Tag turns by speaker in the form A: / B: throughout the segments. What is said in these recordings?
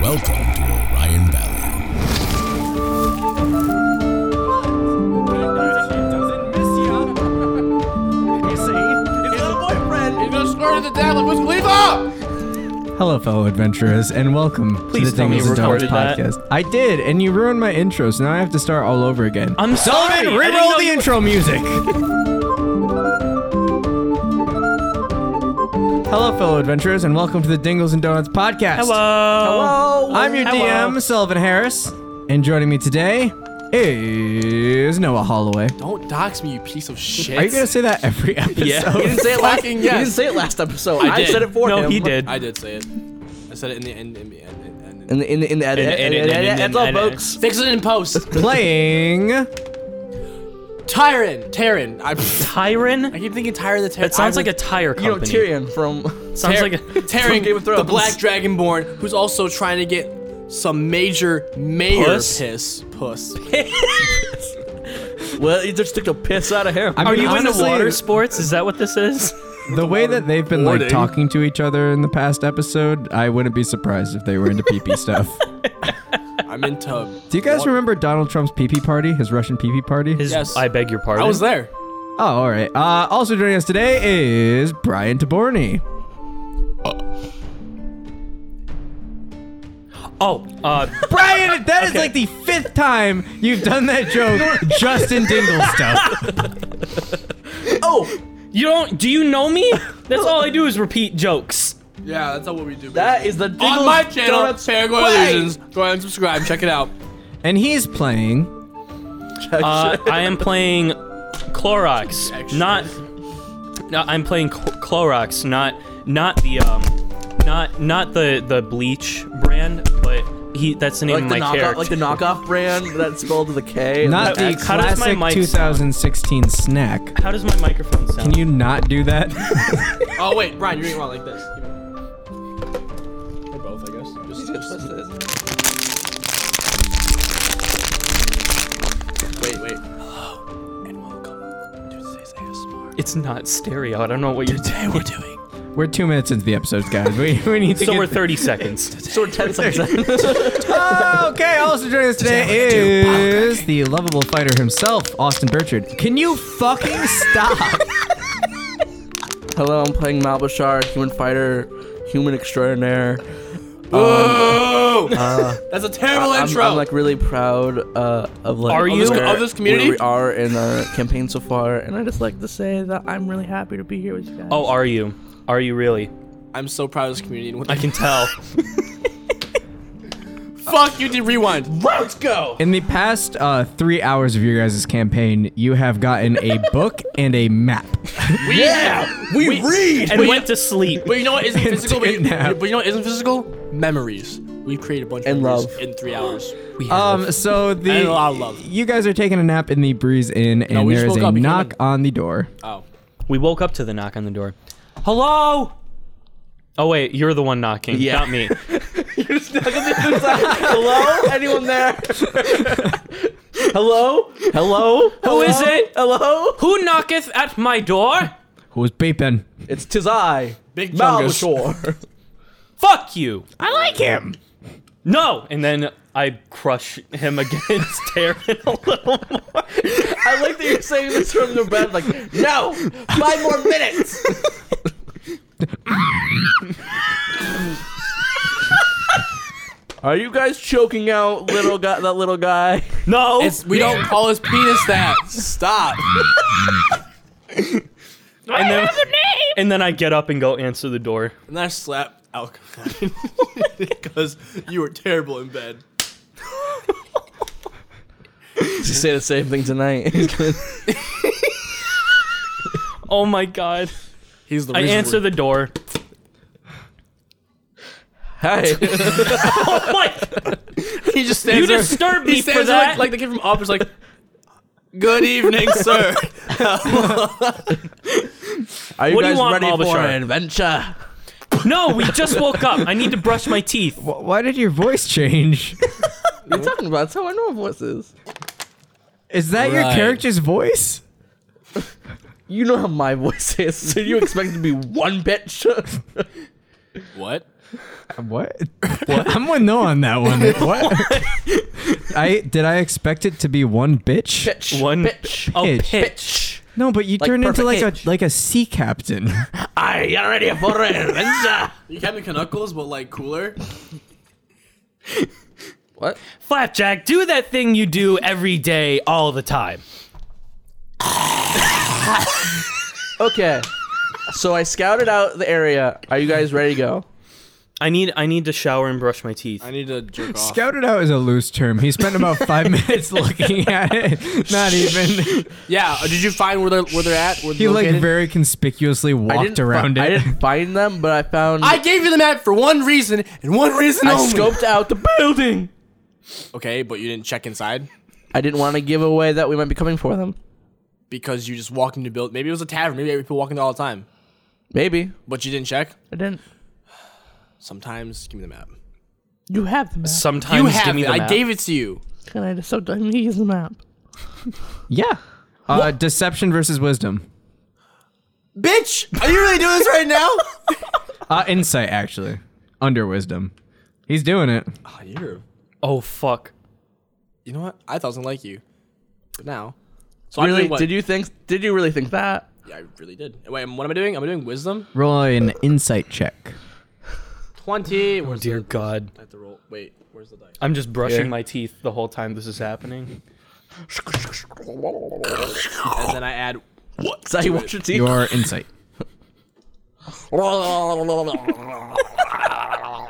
A: Welcome to Orion Valley.
B: Hello, fellow adventurers, and welcome
C: Please
B: to the
C: tell me
B: Dingles
C: you
B: and Dogs
C: recorded that.
B: podcast. I did, and you ruined my intro, so now I have to start all over again.
C: I'm sorry.
B: Sullivan,
C: I didn't know
B: reroll the
C: you-
B: intro music. Hello, fellow adventurers, and welcome to the Dingles and Donuts podcast.
C: Hello.
B: I'm your
C: Hello.
B: DM, Sullivan Harris, and joining me today is Noah Holloway.
D: Don't dox Oh, me, you piece of shit.
B: Are you gonna say that every episode?
C: Yeah.
D: You didn't say it last. You didn't say it last episode. I,
C: did.
D: said it for
C: no,
D: him.
C: he did.
D: I did say it. I said it in the end. In the end. In, in,
E: in the in the in the edit.
C: In the edit,
E: edit,
C: in the
E: edit,
C: edit,
E: That's all,
C: edit.
E: folks.
D: Fix it in post.
B: Playing
D: Tyron. Tyron. I, I
C: Tyron?
D: keep thinking Tyron the Tyron.
C: That sounds like a tire
E: You know
C: company.
E: Tyrion from.
C: Sounds like a
D: Tyrion,
E: Game of
D: the
E: Thrones.
D: Black Dragonborn, who's also trying to get some major mayor
C: Puss?
D: piss. Puss.
E: Well, you just took the piss out of him.
B: I
C: Are
B: mean,
C: you into
B: honestly,
C: water sports? Is that what this is?
B: the way that they've been like
D: Warning.
B: talking to each other in the past episode, I wouldn't be surprised if they were into pee pee stuff.
D: I'm into.
B: Do you guys remember Donald Trump's pee pee party? His Russian pee pee party?
C: His,
D: Yes.
C: I beg your pardon.
D: I was there.
B: oh, all right. Uh, also joining us today is Brian Taborni.
C: Oh, uh,
B: Brian, that is like the fifth time you've done that joke, Justin Dingle stuff.
C: you don't? Do you know me? That's all I do is repeat jokes.
D: Yeah, that's not what we do.
E: That is the
D: on
E: Diggles
D: my channel,
E: Donuts
D: Paraguay
E: Way.
D: Illusions. Go ahead and subscribe. Check it out.
B: And he's playing.
C: Uh, I am playing Clorox,
D: Extra.
C: not. No, I'm playing Cl- Clorox, not not the um, not not the the bleach brand, but he. That's the name
E: Like
C: of
E: the
C: my
E: knockoff,
C: character.
E: like the knockoff brand that's spelled with a K. and
B: Not the
E: an X.
C: how does my
B: classic
C: mic sound?
B: 2016 snack.
C: How does my microphone sound?
B: Can you not do that?
D: Oh wait, Brian, you're doing it wrong like this. Give me- Or both, I guess. Just- just- wait, wait. Hello, and welcome to today's ASMR.
C: It's not stereo. I don't know what you're doing.
D: We're doing.
B: We're two minutes into the episode, guys. We, we need to
C: So
B: get
C: we're 30 seconds.
E: So we're ten seconds.
B: Ah, Okay, also joining us today is the lovable fighter himself, Austin Burchard. Can you fucking stop?
E: Hello, I'm playing Malbashar, human fighter, human extraordinaire.
D: Whoa! Oh! That's a terrible
E: I'm,
D: intro.
E: I'm like really proud uh, of like
C: Are
E: of
C: you?
E: this-
C: Of
D: this
E: where
D: community?
E: we are in our campaign so far, and I just like to say that I'm really happy to be here with you guys.
C: Oh, are you? Are you really?
D: I'm so proud of this community. And what
C: I
D: the
C: can tell.
D: fuck you did rewind? Let's go.
B: In the past uh, three hours of your guys' campaign, you have gotten a book and a map.
D: We, read.
C: and went to sleep.
D: But you know what isn't physical? But you,
B: nap.
D: but you know what isn't physical? Memories. We created a bunch of
E: And
D: memories
E: love.
D: in three hours.
B: Um, so the
D: And a lot of love.
B: you guys are taking a nap in the breeze inn, and
D: we
B: there is
D: spoke
B: a
D: up, you came
B: knock
D: in.
B: on the door.
D: Oh.
C: We woke up to the knock on the door. Hello? Oh wait, you're the one knocking,
E: Yeah.
C: not me.
E: Hello? Anyone there? Hello? Hello?
C: Who is it?
E: Hello?
C: Who knocketh at my door?
B: Who's beeping?
E: It's tis I,
D: Big
E: Malbashor.
C: Fuck you.
B: I like him.
C: No. And then I crush him against Taryn a little more.
E: I like that you're saying this from the bed, like, no, five more minutes. Are you guys choking out little guy? That little guy.
C: No.
D: It's, we don't call his penis that. Stop.
C: and, then, and then I get up and go answer the door.
D: And I slapped Alkaline because you were terrible in bed.
E: To say the same thing tonight.
C: Oh my god.
D: He's the
C: I
D: reason
C: answer
D: we're-
C: the door.
E: hey,
C: Oh my
D: He just stands
C: You
D: there-
C: disturbed
D: he
C: me for
D: stands there
C: that.
D: Like, like the kid from Office, like, good evening, sir.
E: are you
C: What do you
E: guys
C: want,
E: ready for
C: Malbashar?
E: an adventure?
C: No, we just woke up. I need to brush my teeth.
B: Why did your voice change?
E: What are you talking about? That's how I know voices.
B: Is that your
D: Right.
B: character's voice?
E: You know how my voice is. So you expect it to be one bitch?
D: What?
B: What? I'm with no on that one. what? I did I expect it to be one bitch?
E: Pitch.
C: One
E: Pitch.
C: Oh,
B: Pitch.
C: pitch.
B: No, but you
E: Like
B: turned into like
E: perfect
B: a
E: pitch.
B: like a sea captain.
E: I am ready for revenge.
D: You Captain Canuckles, but like cooler.
E: What?
C: Flapjack, do that thing you do every day, all the time.
E: Okay. So I scouted out the area. Are you guys ready to go?
C: I need I need to shower and brush my teeth.
D: I need to jerk off.
B: Scouted out is a loose term. He spent about five minutes looking at it. Not even.
D: yeah. uh, Did you find where they're where they're at? Where
B: He
D: they're
B: like
D: located?
B: very conspicuously
E: I
B: walked
E: didn't fi-
B: around
E: I
B: it.
E: didn't find them, but I found.
D: I gave you the map for one reason and one reason
E: I
D: only.
E: scoped out the building.
D: Okay, but you didn't check inside
E: I didn't want to give away that we might be coming for them.
D: because you just walked into build. Maybe it was a tavern. Maybe people walk into all the time,
E: Maybe
D: but you didn't check.
E: I didn't.
D: Sometimes give me the map.
E: You have the map.
C: Sometimes
D: You
C: give
D: have
C: me
D: it.
C: the
D: I
C: map.
D: gave it to you.
E: Can I just so let me use the map?
B: Yeah. Uh, deception versus wisdom.
D: Bitch, are you really doing this right now?
B: Uh, insight actually, under wisdom. He's doing it.
D: oh, you're.
C: oh fuck.
D: You know what? I thought I was gonna like you, but now. So I'm
E: Really?
D: doing what?
E: Did you think? Did you really think that?
D: Yeah, I really did. Wait, what am I doing? Am I doing wisdom?
B: Roll an insight check.
D: Twenty.
C: Oh
D: Where's
C: dear God.
D: I have to roll. Wait, where's the dice?
C: I'm just brushing
E: Yeah.
C: my teeth the whole time this is happening.
D: And then I add.
E: What? Is that how you wash your teeth?
B: Your insight.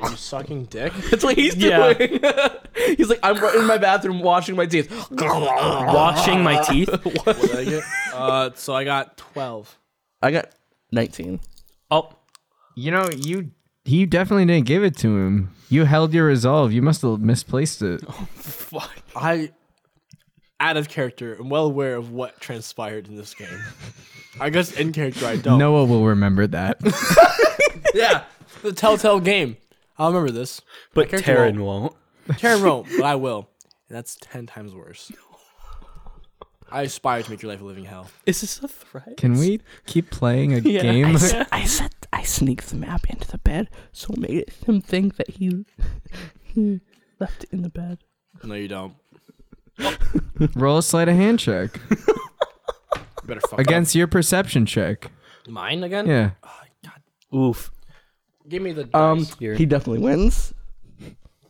D: You sucking dick.
E: That's what he's
C: Yeah.
E: doing. he's like, I'm in my bathroom washing my teeth.
C: Washing my teeth.
D: what did I get? Uh, so I got twelve.
E: I got 19.
C: Oh,
B: You know, you you definitely didn't give it to him. You held your resolve. You must have misplaced it.
C: Oh.
D: I, out of character, am well aware of what transpired in this game. I guess in character I don't.
B: Noah will remember that.
D: Yeah. The Telltale game. I'll remember this.
C: but
D: character
C: Taryn won't.
D: Karen won't, but I will. And that's ten times worse. I aspire to make your life a living hell.
C: Is this a threat?
B: Can we keep playing a
C: Yeah.
B: game?
E: I said I sneaked the map into the bed, so it made him think that he he left it in the bed.
D: No, you don't.
B: Roll a sleight of hand check
D: You better fuck
B: against your perception check.
D: up. mine again.
B: Yeah.
C: Oof.
D: Give me the.
B: Uh,
E: Um,
D: dice.
E: he definitely wins.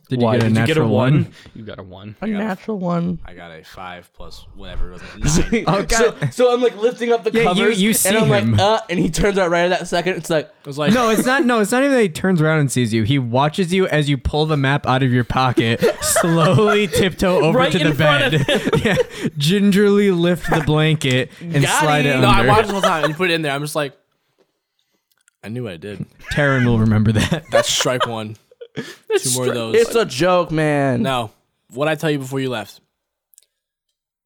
B: Did you
C: Why?
B: get a
C: Did you
B: natural
C: get a
B: one?
C: one? You got a one.
E: A natural one.
D: I got a five plus whatever. it was, a nine.
B: Oh,
E: So,
B: God.
E: so I'm like lifting up the
B: Yeah, you-
E: covers,
B: you see
E: and I'm
B: him.
E: like, uh, and he turns out right at that second. It's like,
D: I was like,
B: No, it's not. No, it's not even that he turns around and sees you. He watches you as you pull the map out of your pocket, slowly tiptoe over
C: Right
B: to the
C: in front
B: bed,
C: of
B: yeah, gingerly lift the blanket and
E: Got
B: slide it
E: him.
B: under.
D: No, I watched the whole time and you put it in there. I'm just like, I knew what I did.
B: Taryn will remember that.
D: That's strike one. Two more of those.
E: it's a joke, man.
D: no, what I tell you before you left.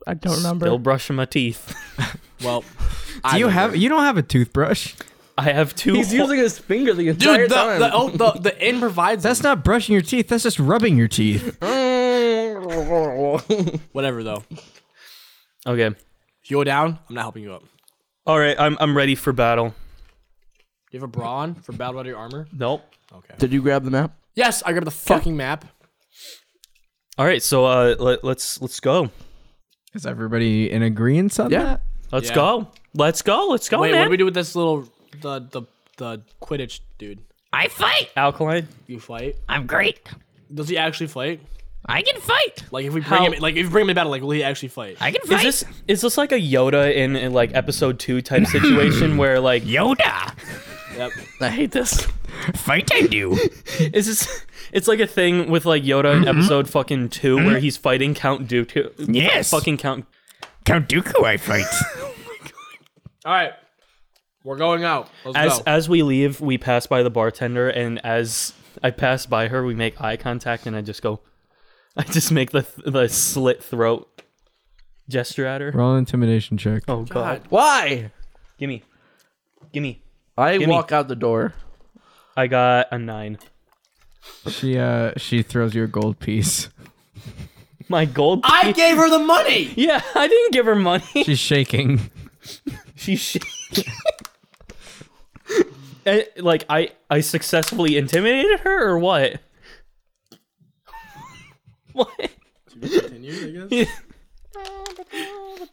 E: I don't remember.
C: Still brushing my teeth.
D: Well,
B: Do you have? You don't have a toothbrush.
C: I have two.
E: He's
C: hol-
E: using his finger the entire
D: dude. The
E: time.
D: the, oh, the the end provides.
B: That's not brushing your teeth. That's just rubbing your teeth.
D: whatever though.
C: Okay.
D: If you go down, I'm not helping you up. Do
C: All right. I'm I'm ready for battle.
D: you have a bra on for battle out of your armor?
C: Nope.
D: Okay.
E: Did you grab the map?
D: Yes, I grabbed the fucking map.
C: All right. So uh, let, let's let's go.
B: Is everybody in agreement on
E: Yeah.
B: that?
C: Let's
D: Yeah.
C: go. Let's go. Let's go,
D: Wait,
C: man.
D: what do we do with this little the the the Quidditch dude?
F: I fight.
C: Alkaline.
D: You fight?
F: I'm great.
D: Does he actually fight?
F: I can fight.
D: Like if we bring
C: How-
D: him, like if we bring him in battle, like will he actually fight?
F: I can
C: Is
F: fight.
C: this is this like a Yoda in, in like episode two type situation where like
F: Yoda
D: Yep.
E: I hate this.
F: fighting you?
C: is this it's like a thing with like Yoda in episode fucking 2 where he's fighting Count Dooku.
F: Yes.
C: Fucking Count.
F: Count Dooku, I fight.
D: All right, we're going out. Let's
C: As
D: go.
C: as we leave, we pass by the bartender, and as I pass by her, we make eye contact, and I just go, I just make the the slit throat gesture at her.
B: Roll an intimidation check.
C: Oh god,
E: Why?
C: gimme, gimme.
E: I
C: Gimme.
E: walk out the door.
C: I got a nine.
B: She uh she throws you a gold piece.
C: My gold.
D: I gave her the money.
C: yeah, I didn't give her money.
B: She's shaking.
C: She. sh- eh, like I I successfully intimidated her or what? what?
D: Continue, I guess.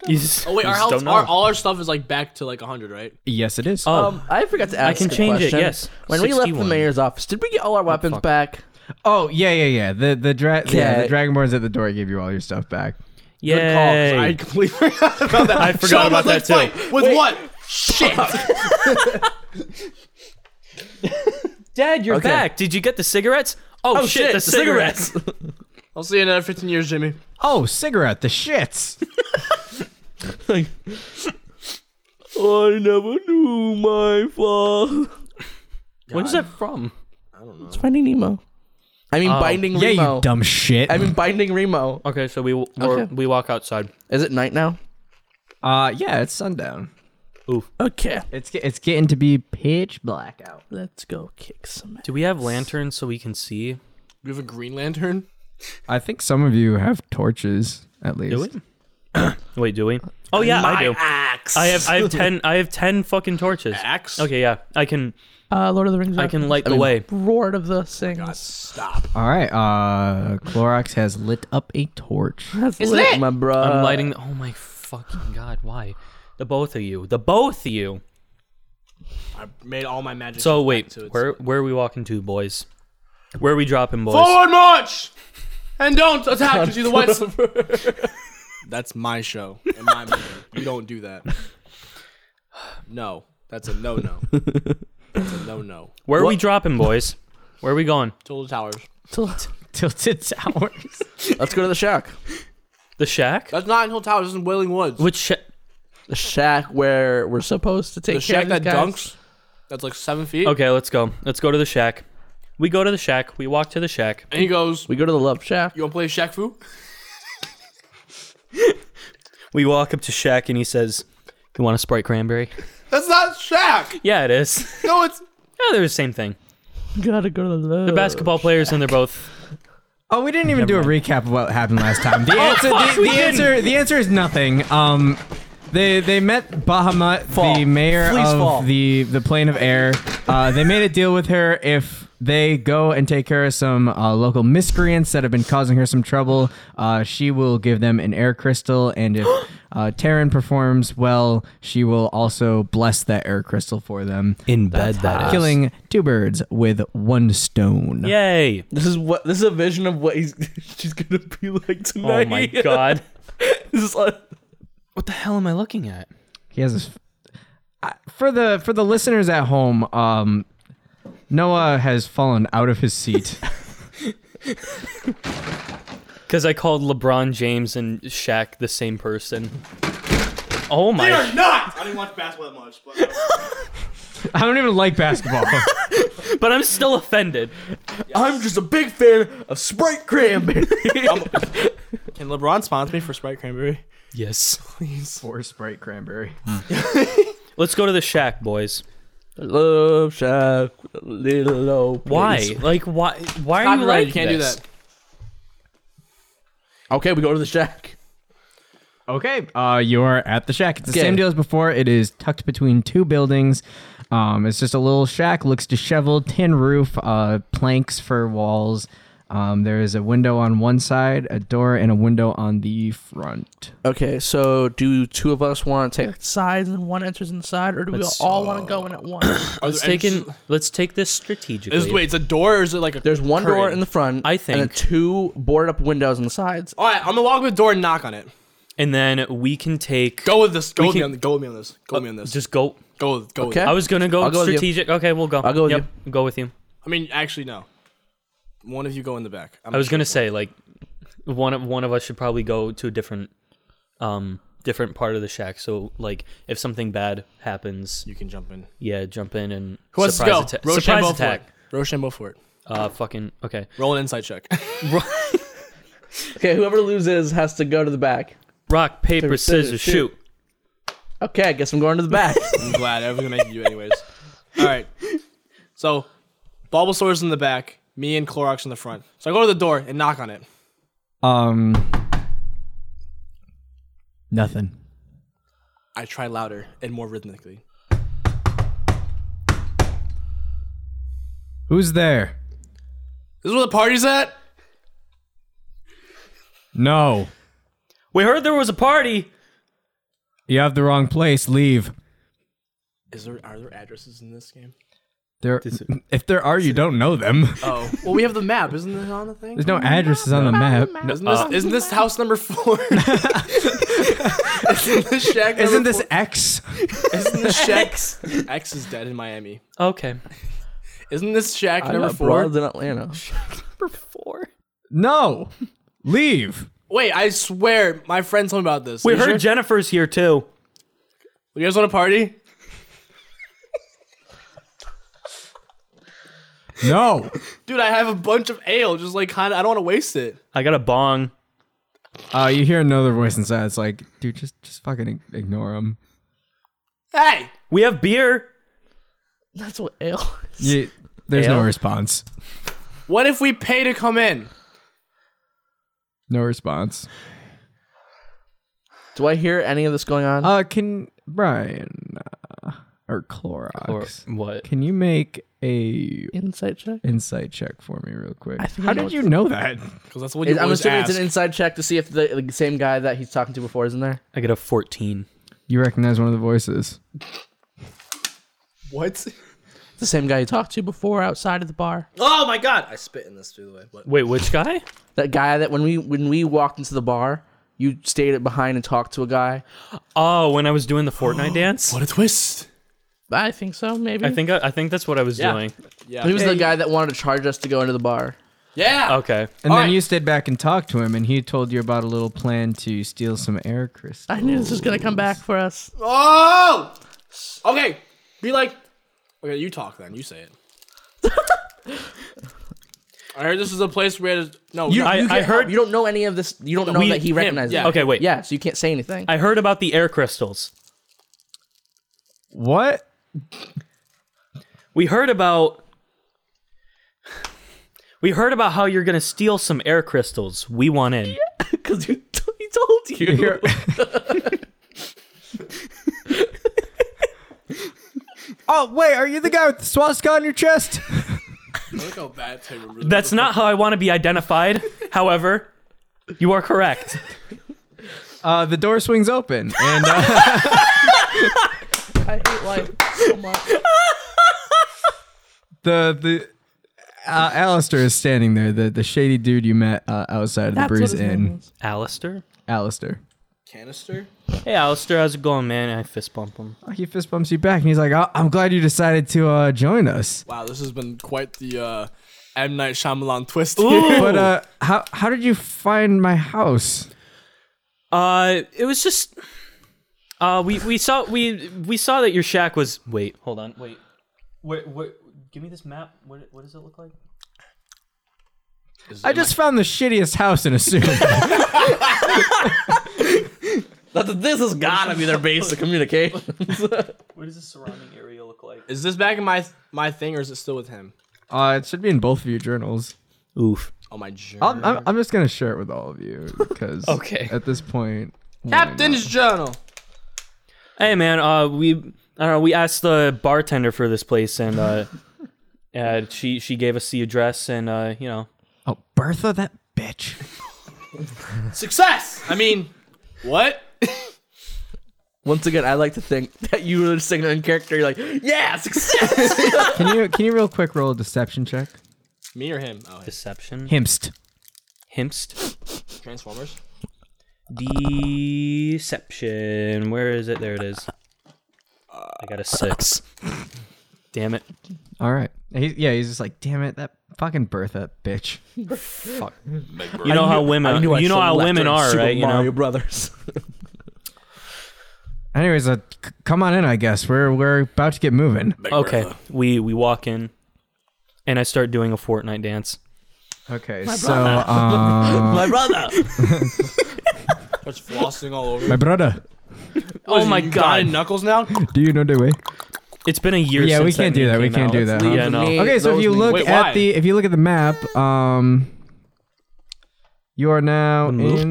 C: You just-
D: Oh wait,
C: you
D: our
C: just
D: health,
C: don't know.
D: our, all our stuff is like back to like hundred, right?
B: Yes, it is.
C: Oh,
E: Um, I forgot to ask.
C: can
E: a
C: change it,
E: question.
C: yes.
E: When we left the
C: 61.
E: mayor's office, did we get all our weapons
C: fuck.
E: back?
B: oh yeah, yeah, yeah. The the dra- yeah,
E: Okay.
B: the Dragonborns at the door gave you all your stuff back.
C: yeah.
D: Good call, 'cause I completely forgot about that.
C: I forgot about that too.
D: With what? Shit.
C: Dad, you're
E: Okay.
C: back. Did you get the cigarettes? Oh, shit, the, cigarettes.
D: I'll see you in another fifteen years, Jimmy.
B: Oh, cigarette, the shits.
C: oh, I never knew my father. When's that from?
E: It's Finding Nemo. I mean,
C: Oh.
E: Binding
B: yeah,
E: Remo.
B: you dumb shit.
E: I mean, Binding Remo.
C: Okay, so we we're,
E: Okay.
C: we walk outside.
E: Is it night now?
B: uh, yeah, it's sundown.
E: Okay.
B: It's ge- it's getting to be pitch black out.
E: Let's go kick some ass.
C: Do we have lanterns so we can see?
D: We have a Green Lantern.
B: I think some of you have torches at least.
C: Wait, do we? Oh yeah, I do. I have I have ten I have ten fucking torches.
D: Axe.
C: Okay, yeah, I can
E: Uh, Lord of the Rings.
C: I can
E: reference.
C: light
E: I
C: the
E: mean,
C: way.
E: Lord of the Things.
D: Stop.
B: All right. Uh, Clorox has lit up a torch.
E: That's lit, my bro.
G: uh,
C: I'm lighting. The, oh my fucking god! Why? The both of you. The both of you.
D: I made all my magic.
C: So
D: back
C: wait,
D: to its-
C: where where are we walking to, boys? Where are we dropping, boys?
D: Forward march! And don't attack because you're the white That's my show and my movie. You don't do that. No. That's a no no. That's a no no.
C: Where are we dropping, boys? Where are we going?
D: Tilda Towers.
B: Tilted towers.
E: Let's go to the shack.
C: The shack?
D: That's not in Tilda Towers, it's in Wailing Woods.
C: Which shack?
E: The shack where we're supposed to take
D: the
E: care
D: shack
E: of
D: that
E: these guys.
D: dunks. That's like seven feet.
C: Okay, let's go. Let's go to the shack. We go to the shack. We walk to the shack.
D: And he goes,
E: We go to the love shack.
D: You wanna play Shaq Fu?
C: We walk up to Shaq and he says, "You want a Sprite cranberry?"
D: That's not Shaq!
C: Yeah, it is.
D: No, it's
C: yeah, they're the same thing.
E: Gotta go to the love.
C: They're basketball players and they're both.
B: Oh, we didn't even do a recap of what happened last time. The answer,
C: fuck,
B: the,
C: we
B: the answer, the answer is nothing. Um, they they met Bahamut, the mayor
E: Please
B: of
E: fall.
B: the the plane of air. Uh, they made a deal with her if they go and take care of some uh, local miscreants that have been causing her some trouble. Uh, she will give them an air crystal, and if uh, Taryn performs well, she will also bless that air crystal for them,
C: In bed, that
B: killing two birds with one stone.
C: Yay!
E: This is what. This is a vision of what he's. she's gonna be like
C: Oh
E: tonight.
C: my god.
E: this is. Like,
C: What the hell am I looking at?
B: He has his. I- For the for the listeners at home, um, Noah has fallen out of his seat.
C: Because I called LeBron James and Shaq the same person. Oh my!
D: not! I didn't watch basketball that much, but
B: I don't even like basketball.
C: But I'm still offended.
E: I'm just a big fan of Sprite Cranberry.
D: Can LeBron sponsor me for Sprite Cranberry?
C: Yes.
B: or Sprite Cranberry.
C: Let's go to the shack, boys.
E: love shack, little old
C: Why?
E: place.
C: Like why? Why are you
D: Copyright,
C: like
D: you can't
C: this?
D: do that.
E: Okay, we go to the shack.
B: Okay, uh, you are at the shack. It's the
E: Okay.
B: same deal as before. It is tucked between two buildings. Um, it's just a little shack. Looks disheveled. Tin roof. Uh, planks for walls. Um, there is a window on one side, a door, and a window on the front.
E: Okay, so do two of us want to take sides and one enters inside, or do we all want to go in at once?
D: Are
C: Let's
D: there-
C: take in- Let's take this strategically.
D: Is, wait, it's a door or is it like a
E: There's one door
D: curtain?
E: in the front.
C: I
E: and
C: think-
E: then two board up windows on the sides.
D: All right, I'm gonna walk with the door and knock on it.
C: And then we can take.
D: Go with this. Go
C: We
D: with me
C: can-
D: on this. Go with me on this. Go with me on this.
C: Just go.
D: go. With, go.
E: Okay.
D: With
C: I was gonna go,
E: I'll go with you.
C: strategic. Okay, we'll go.
E: I'll go with
C: yep, you. Go with you.
D: I mean, actually, no. One of you go in the back. I'm
C: I was gonna say like one of one of us should probably go to a different um different part of the shack. So like if something bad happens,
D: You can jump in.
C: yeah, jump in and
D: Who wants to
C: surprise,
D: go?
C: atta- surprise
D: Rochambeau
C: attack.
D: Fort. Rochambeau Fort.
C: Uh, fucking okay.
D: Roll an insight check.
E: Okay, whoever loses has to go to the back.
C: Rock paper
E: scissors,
C: scissors
E: shoot.
C: shoot.
E: Okay, I guess I'm going to the back.
D: I'm glad I was gonna make you anyways. All right. So, Bulbasaur's in the back. Me and Clorox in the front. So I go to the door and knock on it.
B: Um, nothing.
D: I try louder and more rhythmically.
B: Who's there?
D: This is where the party's at?
B: No.
C: We heard there was a party.
B: You have the wrong place. Leave.
D: Is there are there addresses in this game?
B: There, if there are, you don't know them.
D: Oh. Well we have the map, isn't this on the thing?
B: There's no addresses on the map.
D: Isn't this, isn't this house number four? isn't this shack number
B: Isn't this
D: four?
B: X?
D: Isn't this shack X is dead in Miami.
C: Okay.
D: Isn't this shack
E: I
D: number
E: got
D: four?
E: broads in Atlanta.
B: No. Leave.
D: Wait, I swear my friend told me about this.
C: We
D: You
C: heard
D: sure?
C: Jennifer's here too.
D: You guys want to party?
B: No.
D: Dude, I have a bunch of ale, just like kinda I don't wanna waste it.
C: I got a bong.
B: Uh, you hear another voice inside. It's like, dude, just just fucking ig- ignore him.
D: Hey!
C: We have beer.
E: That's what ale. is.
B: You, there's no
C: Ale?
B: response.
D: What if we pay to come in?
B: No response.
E: Do I hear any of this going
C: Oh,
E: on?
B: Uh, can Brian uh, or Clorox?
C: Or what?
B: Can you make a
E: Insight check.
B: insight check for me real quick?
E: I think
B: How
E: I know
B: did
E: what
B: you
E: to-
B: know that?
D: Because that's what you
E: Is- I'm
D: always
E: assuming
D: ask.
E: it's an inside check to see if the, the same guy that he's talking to before is in there.
C: I got a 14.
B: You recognize one of the voices.
D: what?
E: The same guy you talked to before outside of the bar.
D: Oh my god! I spit in this, by the way. What?
C: Wait, which guy?
E: That guy that when we when we walked into the bar, you stayed behind and talked to a guy.
C: Oh, when I was doing the Fortnite dance.
D: What a twist!
E: I think so, maybe.
C: I think I, I think that's what I was
D: Yeah.
C: doing.
D: Yeah.
E: he was the guy that wanted to charge us to go into the bar.
D: Yeah!
C: Okay.
B: And then
D: right.
B: you stayed back and talked to him, and he told you about a little plan to steal some air crystals.
E: I knew this was gonna come back for us.
D: Oh! Okay, be like. Okay, you talk then. You say it. I heard this is a place where. No, you,
C: I, I
E: can't-
C: heard
E: you don't know any of this. You don't know
C: We-
E: that he
C: him,
E: recognizes.
D: yeah.
E: it.
C: Okay, wait.
E: Yeah, so you can't say anything.
C: I heard about the air crystals.
B: What?
C: We heard about We heard about how you're going to steal some air crystals. We want in.
E: Because he told you.
B: You're- oh wait, are you the guy with the swastika on your chest?
D: Look how bad Taylor really
C: That's not how I want to be identified. However, you are correct.
B: Uh, the door swings open, and uh,
E: I hate life so much.
B: the the uh, Alistair is standing there, the the shady dude you met uh, outside of the
E: That's what
B: Breeze
E: his name
B: Inn.
E: was.
C: Alistair?
B: Alistair.
D: Canister?
C: Hey Alistair, how's it going, man? And I fist bump him.
B: He fist bumps you back, and he's like, oh, "I'm glad you decided to uh, join us."
D: Wow, this has been quite the uh, M. Night Shyamalan twist.
B: But uh, how how did you find my house?
C: Uh, it was just uh we we saw we we saw that your shack was wait, hold on. Wait. Where, where, give me this map. What what does it look like?
B: I just found the shittiest house in a suit.
E: That's- This has gotta be their base of communication.
C: What does the surrounding area look like?
D: Is this back in my my thing or is it still with him?
B: uh, it should be in both of your journals.
C: Oof.
D: Oh my journal.
B: I'm, I'm, I'm just gonna share it with all of you because
C: Okay.
B: at this point, why
D: Captain's journal.
C: Hey man, uh we I don't know, we asked the bartender for this place and uh and she she gave us the address and uh you know
B: not? Oh, Bertha, that bitch.
D: Success. I mean, what?
E: Once again, I like to think that you were singing in character. You're like, yeah, success.
B: Can you can you real quick roll a deception check?
D: Me or him? Oh, his
C: deception
B: Himst.
C: himst
D: Transformers.
C: deception where is it there it is I got a 6 damn it
B: All right. He, yeah, he's just like, damn it, that fucking Bertha bitch.
C: you know how women you know how women are right you know
E: Brothers.
B: Anyways, uh, c- come on in. I guess we're we're about to get moving.
C: okay we we walk in and I start doing a Fortnite dance
B: Okay, so um,
E: My brother.
D: Starts flossing all over.
B: my brother,
C: oh my
D: You got it,
C: god
D: knuckles now.
B: do you know the way?
C: it's been a year
B: Yeah, we
C: since
B: can't do
C: meme
B: that, we
C: came
B: can't
C: out.
B: do that, huh?
C: yeah no
E: Me-
B: Okay, so if
E: those
B: you
E: mean-
B: look
D: Wait,
B: at
D: why?
B: the if you look at the map, um, you are now
D: Mm-hmm.
C: move?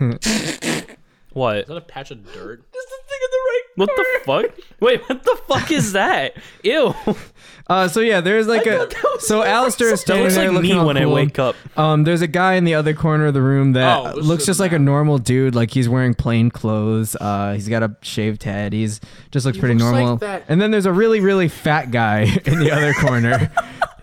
B: in.
C: what
D: Is that a patch of dirt?
E: Is the thing in the right
C: What the fuck? Wait, what the fuck is that? Ew.
B: Uh, so yeah, there's like a so Alistair is
C: That
B: standing
C: looks
B: there
C: like
B: looking
C: me
B: all
C: when I
B: cool.
C: wake up.
B: Um, there's a guy in the other corner of the room that
D: Oh,
B: uh,
D: this
B: looks
D: doesn't
B: just like a
D: matter.
B: normal dude. Like he's wearing plain clothes. Uh, he's got a shaved head. He's just looks pretty
D: looks like
B: normal.
D: that-
B: And then there's a really really fat guy in the other corner.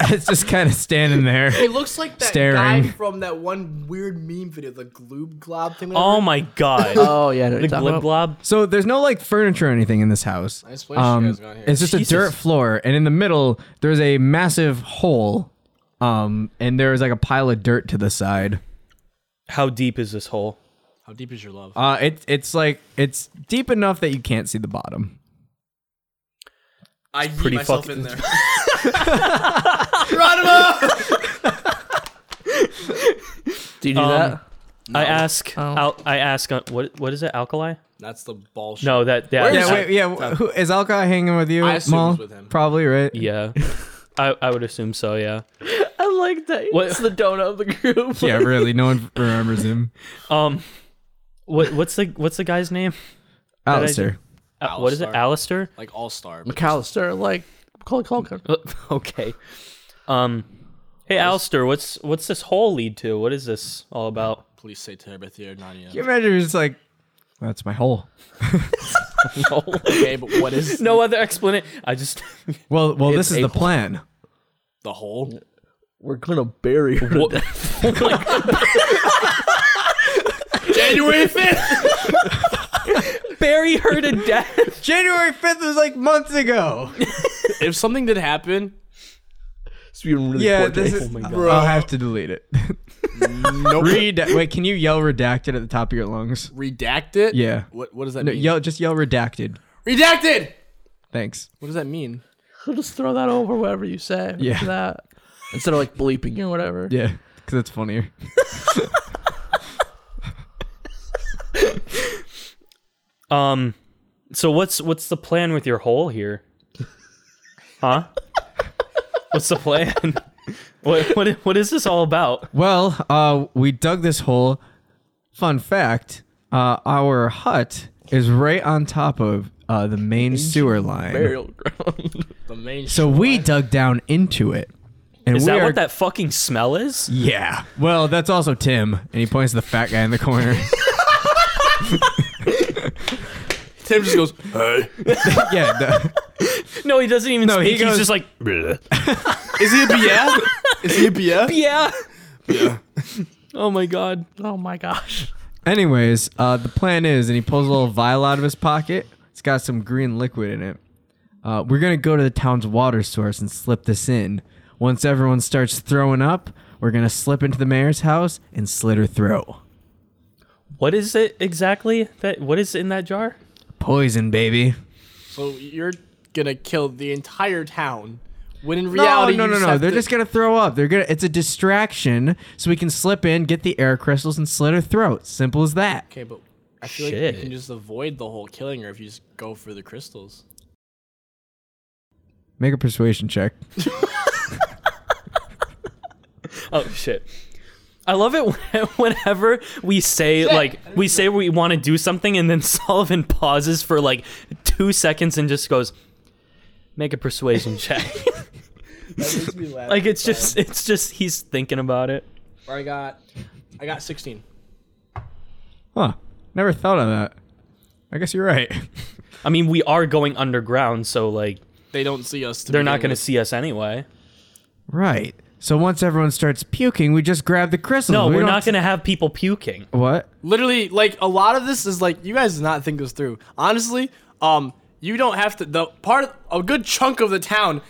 B: it's just kind of standing there.
D: He looks like that guy
B: Staring.
D: from that one weird meme video, the gloob glob thing.
C: Oh
D: whatever.
C: my god.
E: Oh yeah, I know what
C: the
E: you're talking
C: glib
E: about.
C: glob.
B: So there's no like furniture or anything in this house. Um,
D: Nice place you guys got here.
B: It's just
C: Jesus.
B: a dirt floor, and in the middle there's a massive hole. Um, and there's like a pile of dirt to the side.
C: How deep is this hole?
D: How deep is your love?
B: Uh, it, it's like it's deep enough that you can't see the bottom.
D: I pretty
C: pretty
D: myself
C: fucking-
D: in there. Geronimo!
E: Do you do
C: Um,
E: that?
C: I ask.
E: Oh.
C: Al- I ask. Uh, what? What is it? Alkali?
D: That's the ball. shit.
C: No, that. that
D: Where's
B: Yeah,
D: Yeah.
B: wait, yeah. wh- Who, is Alka hanging with you?
D: I assume
B: Maul?
D: he's with him.
B: Probably, right?
C: Yeah. I, I would assume so. Yeah.
E: I like that.
C: What-
E: It's the donut of the group.
B: Yeah, really. No one remembers him.
C: Um. What? What's the What's the guy's name?
B: Alistair.
C: Al- what is it? Alistair.
D: Like all star.
E: McAllister, like call call call.
C: okay. Um. Hey, Alistair. What's What's this hole lead to? What is this all about?
D: Police say Terabithia, Nanya.
B: You imagine you're just like, that's my hole.
D: Okay, but what is
C: No other explanation. I just.
B: Well, well, this is
E: a
B: the plan.
D: the hole?
E: We're gonna bury her.
C: what,
D: January 5th!
C: bury her to death.
B: January 5th was like months ago.
D: if something did happen,
E: It's been really
B: Yeah,
E: poor
B: this
E: day.
G: Oh
B: is. I'll have to delete it.
D: nope.
B: Reda- Wait, can you yell redacted at the top of your lungs?
D: redact it?
B: Yeah.
D: What, what does that
B: No,
D: mean?
B: yell, just yell redacted.
D: Redacted!
B: Thanks.
D: What does that mean?
E: We'll just throw that over whatever you say. after
B: Yeah.
E: That instead of like bleeping or whatever.
B: Yeah, because it's funnier.
C: Um. So what's What's the plan with your hole here? Huh? what's the plan? what What What is this all about?
B: Well, uh, we dug this hole. Fun fact: uh, our hut is right on top of uh, the main sewer line,
E: Burial ground.
D: The main
B: so we dug down into it. And
C: Is
B: we
C: that
B: are,
C: what that fucking smell is?
B: Yeah. Well, that's also Tim, and he points to the fat guy in the corner.
D: Tim just goes, hey.
B: yeah. the-
C: No, he doesn't even
B: No, he
C: speak.
B: goes-
C: He's just like,
D: Is he a BF? Is he a BF?
C: yeah. oh my god.
E: oh my gosh.
B: Anyways, uh, the plan is, and he pulls a little vial out of his pocket. It's got some green liquid in it. Uh, we're gonna go to the town's water source and slip this in. Once everyone starts throwing up, we're gonna slip into the mayor's house and slit her throat.
C: What is it exactly? That what is in that jar?
B: Poison, baby.
D: So you're gonna kill the entire town. When in
B: No,
D: reality,
B: no,
D: you
B: no, no.
D: have
B: They're
D: to-
B: just gonna throw up. They're gonna. It's a distraction, so we can slip in, get the air crystals, and slit her throat. Simple as that.
D: Okay, but I feel like
C: Shit.
D: you can just avoid the whole killing her if you just go for the crystals.
B: Make a persuasion check.
C: Oh shit. I love it when- whenever we say like we say we want to do something and then Sullivan pauses for like 2 seconds and just goes make a persuasion check. like it's just it's just he's thinking about it.
D: I got, I got 16.
B: Huh? Never thought of that. I guess you're right.
C: I mean, we are going underground, so like
D: They don't see us. To
C: they're not
D: begin
C: going to
D: with.
C: see us anyway.
B: Right. So once everyone starts puking, we just grab the crystals.
C: No,
B: We
C: Oh, we're
B: don't-
C: not going to have people puking.
B: What?
D: Literally, like a lot of this is like you guys did not think this through. Honestly, um, you don't have to. The part, a good chunk of the town,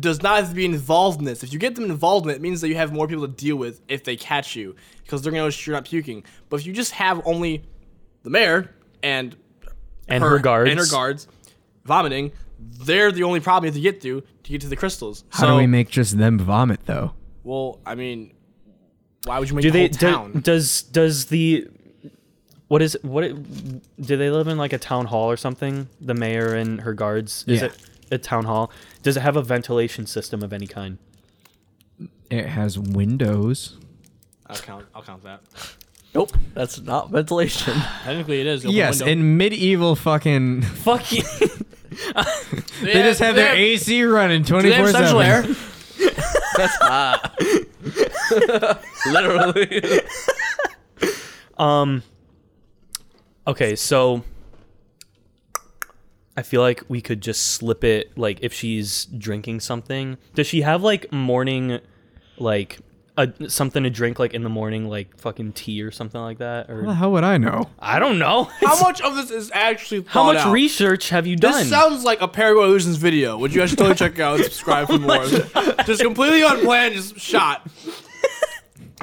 D: does not have to be involved in this. If you get them involved in it, it means that you have more people to deal with if they catch you, because they're gonna know you're not puking. But if you just have only the mayor and
C: And her, guards.
D: and her guards vomiting, they're the only problem you have to get through to get to the crystals.
B: How
D: so,
B: do we make just them vomit though?
D: Well, I mean, why would you make
C: Do
D: the
C: they
D: whole
C: do-
D: town?
C: does does the what is what it- do they live in like a town hall or something? The mayor and her guards. Is
B: Yeah.
C: it a town hall? Does it have a ventilation system of any kind?
B: It has windows.
D: I'll count. I'll count that.
G: Nope, that's not ventilation.
D: Technically, it is. Open
B: Yes,
D: window.
B: in medieval fucking,
C: Fuck you.
B: they just have their
D: they
B: AC running twenty
D: They have
B: four
D: central air.
B: seven.
G: That's hot. Literally.
C: Um. Okay, so I feel like we could just slip it. Like, if she's drinking something, does she have like morning, like a, something to drink, like in the morning, like fucking tea or something like that? Or
B: How would I know?
C: I don't know.
D: How much of this is actually
C: How
D: thought
C: much
D: out?
C: research have you
D: This
C: done?
D: sounds like a Paraguay Illusions video, which you guys should totally check out and subscribe for more. just completely unplanned, just shot.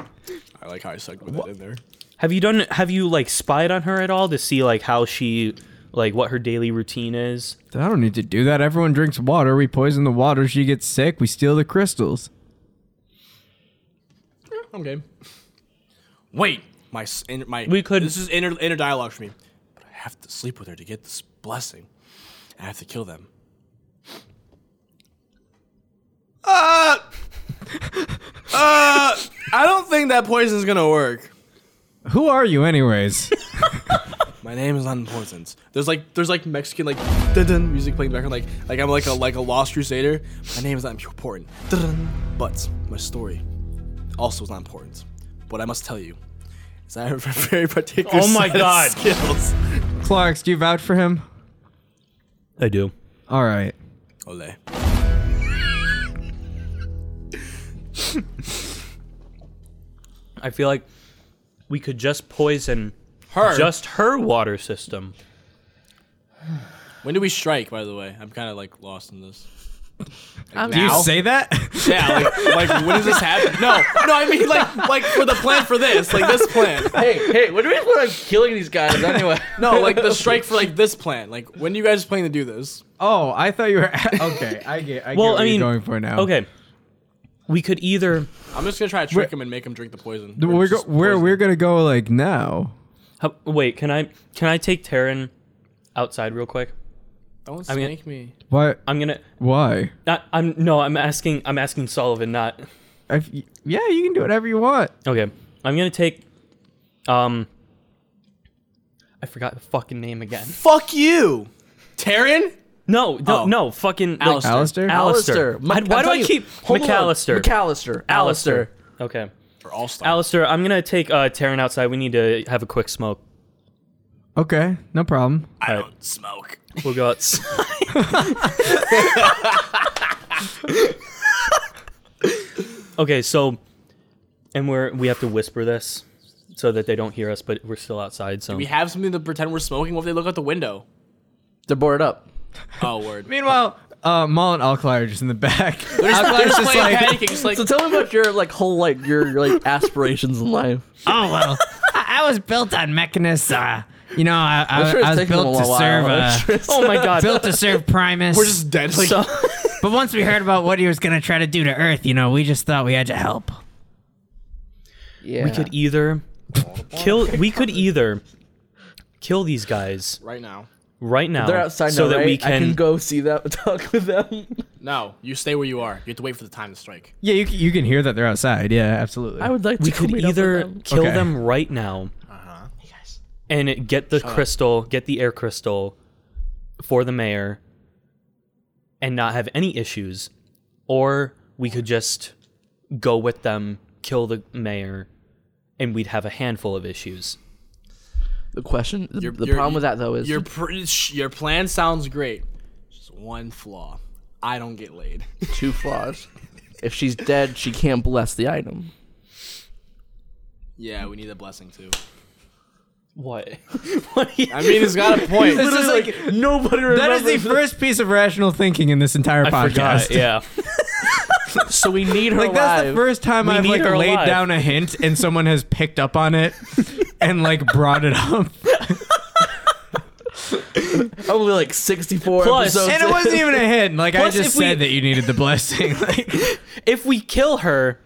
D: I like how I segmented that in there.
C: have you done? Have you like spied on her at all to see like how she, like what her daily routine is?
B: I don't need to do that. Everyone drinks water. We poison the water. She gets sick. We steal the crystals.
D: I'm game. Wait, my s- inner, my
C: We could-
D: This is inner inner dialogue for me. But I have to sleep with her to get this blessing. I have to kill them. Uh, uh, I don't think that poison's gonna work.
B: Who are you, anyways?
D: My name is not important. There's like there's like Mexican like dun dun music playing in the background like like I'm like a like a lost crusader. My name is not important. Dun dun. But my story also is not important. What I must tell you is I have a very particular
C: Oh my
D: set of
C: God.
D: skills.
B: Clarks, do you vouch for him?
C: I do.
B: All right.
D: Ole.
C: I feel like we could just poison
D: Her.
C: just her water system.
D: when do we strike? By the way, I'm kind of like lost in this.
E: I'm
B: Do you
D: Now?
B: say that?
D: Yeah, like, like when does this happen? No, no, I mean like like for the plan for this, like this plan.
G: hey, hey, what do we put on killing these guys anyway?
D: No, like the strike for like this plan. Like when do you guys plan to do this?
B: oh, I thought you were. Okay, I get. I
C: Well,
B: get what
C: I mean,
B: you're going for now.
C: Okay. We could either.
D: I'm just gonna try to trick him and make him drink the poison.
B: Th-
D: Or
B: We're go-
D: just
B: we're
D: poison.
B: we're gonna go like now.
C: ho- Wait, can I can I take Taryn outside real quick?
D: Don't
C: I mean-
D: snake me.
B: Why?
C: I'm gonna.
B: Why?
C: Not, I'm no. I'm asking. I'm asking Sullivan. Not
B: I, yeah, you can do whatever you want.
C: okay. I'm gonna take. Um. I forgot the fucking name again.
D: Fuck you, Taryn.
C: No, no,
D: Oh.
C: no. Fucking like,
D: Alistair.
B: Alistair?
C: Alistair.
G: Alistair. Mc-
C: I- why
G: I'm
C: do
G: telling
C: I
G: you,
C: keep
G: hold on.
C: McAllister?
G: McAllister. Alistair.
C: Okay.
D: Or all star.
C: Alistair, I'm gonna take uh, Taryn outside. We need to have a quick smoke.
B: Okay, no problem.
D: I don't smoke.
C: We'll go outside. okay, so, and we're we have to whisper this so that they don't hear us, but we're still outside. So
D: We have something to pretend we're smoking. What if they look out the window?
G: They're boarded up.
D: Oh, word.
B: Meanwhile, uh, Maul and Alclar are just in the back.
D: They're
B: Alclar's
D: just
B: just
D: playing
B: like,
D: patty cake, just like
G: So tell me about your like whole like your, your like aspirations in life.
F: Oh well.
B: I, I was built on Mechanus. Uh, you know, I, I,
G: sure it's
B: I was
G: taking them
B: built
G: a
B: to
G: while.
B: serve.
G: I'm
B: Uh,
G: sure
C: oh my god,
B: built to serve Primus.
D: we're just dead. Like,
C: So-
B: but once we heard about what he was gonna try to do to Earth, you know, we just thought we had to help.
G: Yeah.
C: we could either kill. We could either kill these guys
D: right now.
C: right now,
G: They're outside
C: Oh, so
G: now,
C: that
G: right?
C: we
G: I
C: can.
G: can go see them, talk with them.
D: No, you stay where you are. You have to wait for the time to strike.
B: Yeah, you, c- you can hear that they're outside. Yeah, absolutely.
G: I would like to
C: we could
G: meet up with
C: either
G: them. Uh-huh.
C: kill
B: Okay.
C: them right now, and it- get the crystal, get the air crystal for the mayor, and not have any issues, or we could just go with them, kill the mayor, and we'd have a handful of issues.
G: The question, the,
D: Your-
G: the
D: your-
G: problem with that though is
D: Your pr- sh- your plan sounds great. Just one flaw. I don't get laid.
G: two flaws. if she's dead, she can't bless the item.
D: yeah, we need a blessing too.
C: What? what do you-
D: I mean, it's got a point.
B: this is like,
G: Nobody
B: that is the first piece of rational thinking in this entire
C: I
B: podcast.
C: forgot. Yeah.
G: So we need her
B: Like that's the
G: alive.
B: first time I've
C: need
B: like
C: her
B: laid
C: alive.
B: down a hint and someone has picked up on it and like brought it up.
G: Only like 64
C: Plus-
G: episodes.
B: And it
G: in.
B: wasn't even a hint. Like
C: Plus,
B: I just
C: if we-
B: said that you needed the blessing. Like,
C: if we kill her,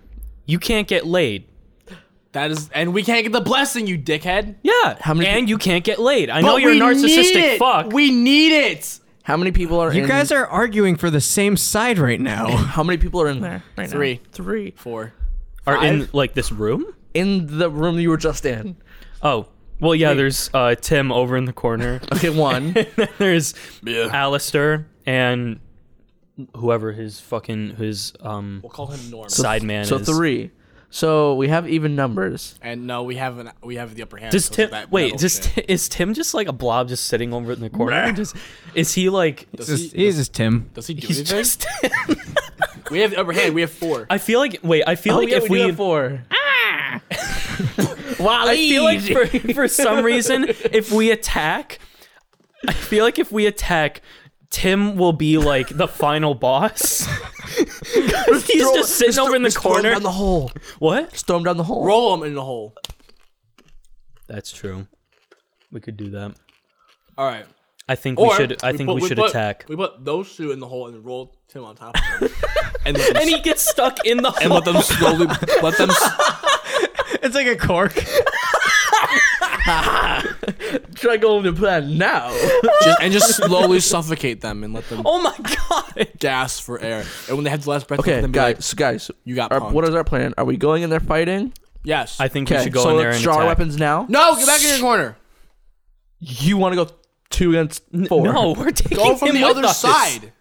C: you can't get laid.
D: that is, and we can't get the blessing, you dickhead.
C: Yeah.
G: How many-
C: and you can't get laid. I know
D: But
C: you're a
D: we need
C: narcissistic
D: it.
C: fuck.
D: We need it.
G: How many people are
B: you
G: in?
B: guys are arguing for the same side right now.
G: How many people are in there?
E: Right now.
D: Three.
E: Three.
D: Four.
C: are in like this room?
G: in the room you were just in.
C: Oh, well, yeah. There's uh, Tim over in the corner.
G: Okay, one.
C: there's Alistair and whoever his fucking his um
D: We'll call him Norm.
C: sideman
G: so
C: is.
G: three. So we have even numbers.
D: and no, we have an, we have the upper hand.
C: Does
D: so
C: Tim
D: that-
C: wait?
D: that'll
C: Does
D: change.
C: Ti- is Tim just like a blob just sitting over in the corner? Just, is he like?
D: does
B: Just,
D: he,
B: he's just Tim.
D: does he do
C: He's
D: anything?
C: just.
D: we have the upper hand. We have four.
C: I feel like wait. I
B: Oh,
G: Oh,
C: feel like if we,
G: four.
C: I feel like for, for some reason if we attack, I feel like if we attack, Tim will be like the final boss. 'Cause he's
G: Throw-
C: just sitting
G: thro-
C: over in the
G: just throw him
C: corner.
G: down the hole.
C: what?
G: Just throw him down the hole.
D: Roll him in the hole.
C: That's true. We could do that.
D: All right.
C: I think
D: Or
C: we should. I think
D: put-
C: we, should
D: put-
C: attack.
D: We put those two in the hole and roll Tim on top of them. and let them,
C: and he gets stuck in the hole.
D: let them slowly. Let them. s-
B: It's like a cork.
G: Try going to plan now.
D: just, and just slowly suffocate them and let them
C: oh my god!
D: gasp for air. And when they have the last breath, let
G: Okay,
D: them be like,
G: guys, guys.
D: You got
G: our,
D: punked.
G: what is our plan? Are we going in there fighting?
D: yes.
C: I think we
G: Okay,
C: should go
G: so
C: in there
G: let's
C: and
G: draw our
C: attack.
G: weapons now.
D: no, get back in your corner.
G: You want to go two against four?
C: No, we're taking
D: Go from
C: him
D: the
C: with
D: other
C: us.
D: side.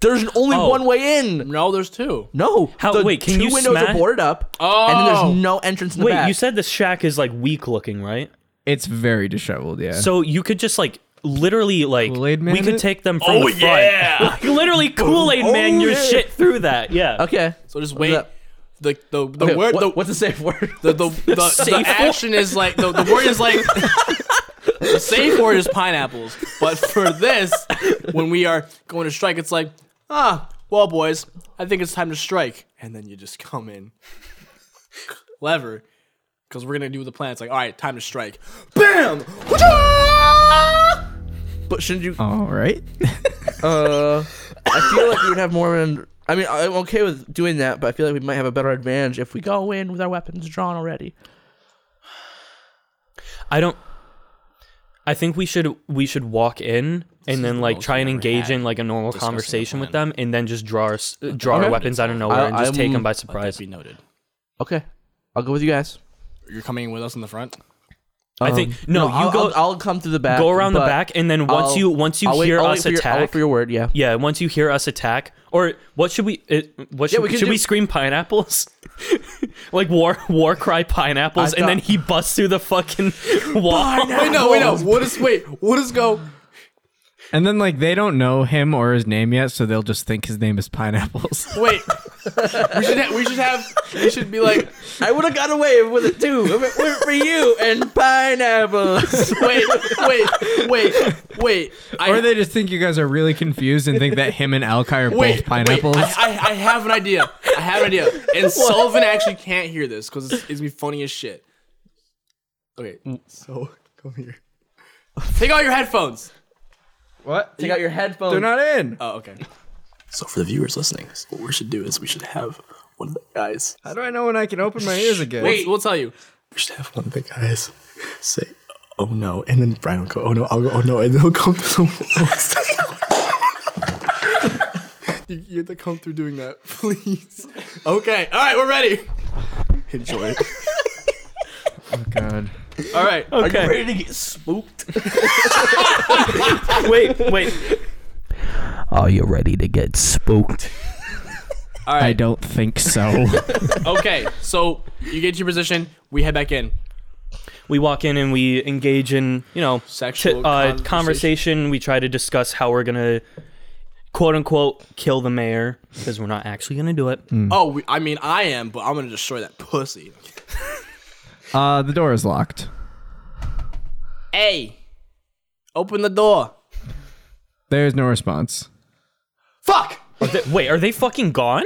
G: there's only
C: Oh.
G: one way in.
D: No, there's two.
G: No,
C: How-
G: the
C: wait, can
G: two
C: you
G: windows
C: smash-
G: are boarded up,
D: Oh.
G: and then there's no entrance in the
C: Wait,
G: back.
C: you said the shack is like weak looking, right?
B: It's very disheveled. Yeah.
C: So you could just like literally like
B: Kool-Aid Man
C: we could
B: it?
C: take them from the front. Like, literally Kool Aid Man your
G: Oh, yeah.
C: shit through that. Yeah.
G: okay.
D: So just wait.
G: that?
D: The the the
G: Okay,
D: word
G: what-
D: the,
G: what's the safe word?
D: the the the, the
C: safe
D: action is like the, the word is like the safe word is pineapples. But for this, when we are going to strike, it's like ah well boys, I think it's time to strike, and then you just come in clever because we're gonna do the plan. It's like all right, time to strike. Bam!
G: but shouldn't you?
B: All right.
G: Uh, I feel like we would have more of an. I mean, I'm okay with doing that, but I feel like we might have a better advantage if we go in with our weapons drawn already.
C: I don't. I think we should we should walk in and then like try and engage in like a normal conversation with them and then just draw our, s- uh, draw our weapons out of nowhere and just take them by surprise.
D: Be noted.
G: Okay, I'll go with you guys.
D: You're coming with us in the front.
C: I think no, you
G: Um, I'll,
C: go
G: I'll, I'll come through the back.
C: go around the
G: but
C: back and then once
G: I'll-
C: you once you
G: I'll wait-
C: hear
G: I'll wait
C: us
G: for your- I'll wait
C: attack
G: for your word. Yeah.
C: yeah once you hear us attack or what should we it, what should,
G: we
C: we,
G: can
C: should we
G: do-
C: scream pineapples like war war cry pineapples
G: I
C: and then
G: thought-
C: he busts through the fucking wall
D: Wait no, wait no. What is wait? What is go?
B: And then like they don't know him or his name yet, so they'll just think his name is Pineapples.
D: Wait. we should ha- we should have we should be like
G: I would have got away with it too if it weren't for you and pineapples.
D: wait, wait, wait, wait. I,
B: or they just think you guys are really confused and think that him and Alki are
D: wait,
B: both pineapples.
D: Wait, I, I, I have an idea. I have an idea. And Sullivan actually can't hear this because it's, it's gonna be funny as shit. Okay,
B: Mm.
D: so come here. Take out your headphones.
B: what?
G: Take out your headphones.
B: They're not in.
D: Oh, okay. So for the viewers listening, what we should do is we should have one of the guys.
B: How do I know when I can open my ears again?
D: Wait, we'll tell you.
H: We should have one of the guys say, "Oh no," and then Brian will go, "Oh no," I'll go, "Oh no," and they'll come through.
D: You, you have to come through doing that, please. Okay. All right, we're ready. Enjoy.
B: Oh, God.
D: All right.
C: okay
G: Ready to get spooked?
C: wait wait
E: Are you ready to get spooked?
D: All
B: I
D: right.
B: don't think so.
D: Okay. So you get to your position. We head back in.
C: we walk in and we engage in you know
D: Sexual
C: t- uh,
D: conversation.
C: conversation we try to discuss how we're gonna quote unquote kill the mayor because we're not actually gonna do it
D: Oh, we, I mean, I am, but I'm gonna destroy that pussy.
B: uh, the door is locked.
D: Hey, open the door.
B: There's no response.
D: Fuck.
C: Are they- wait are they fucking gone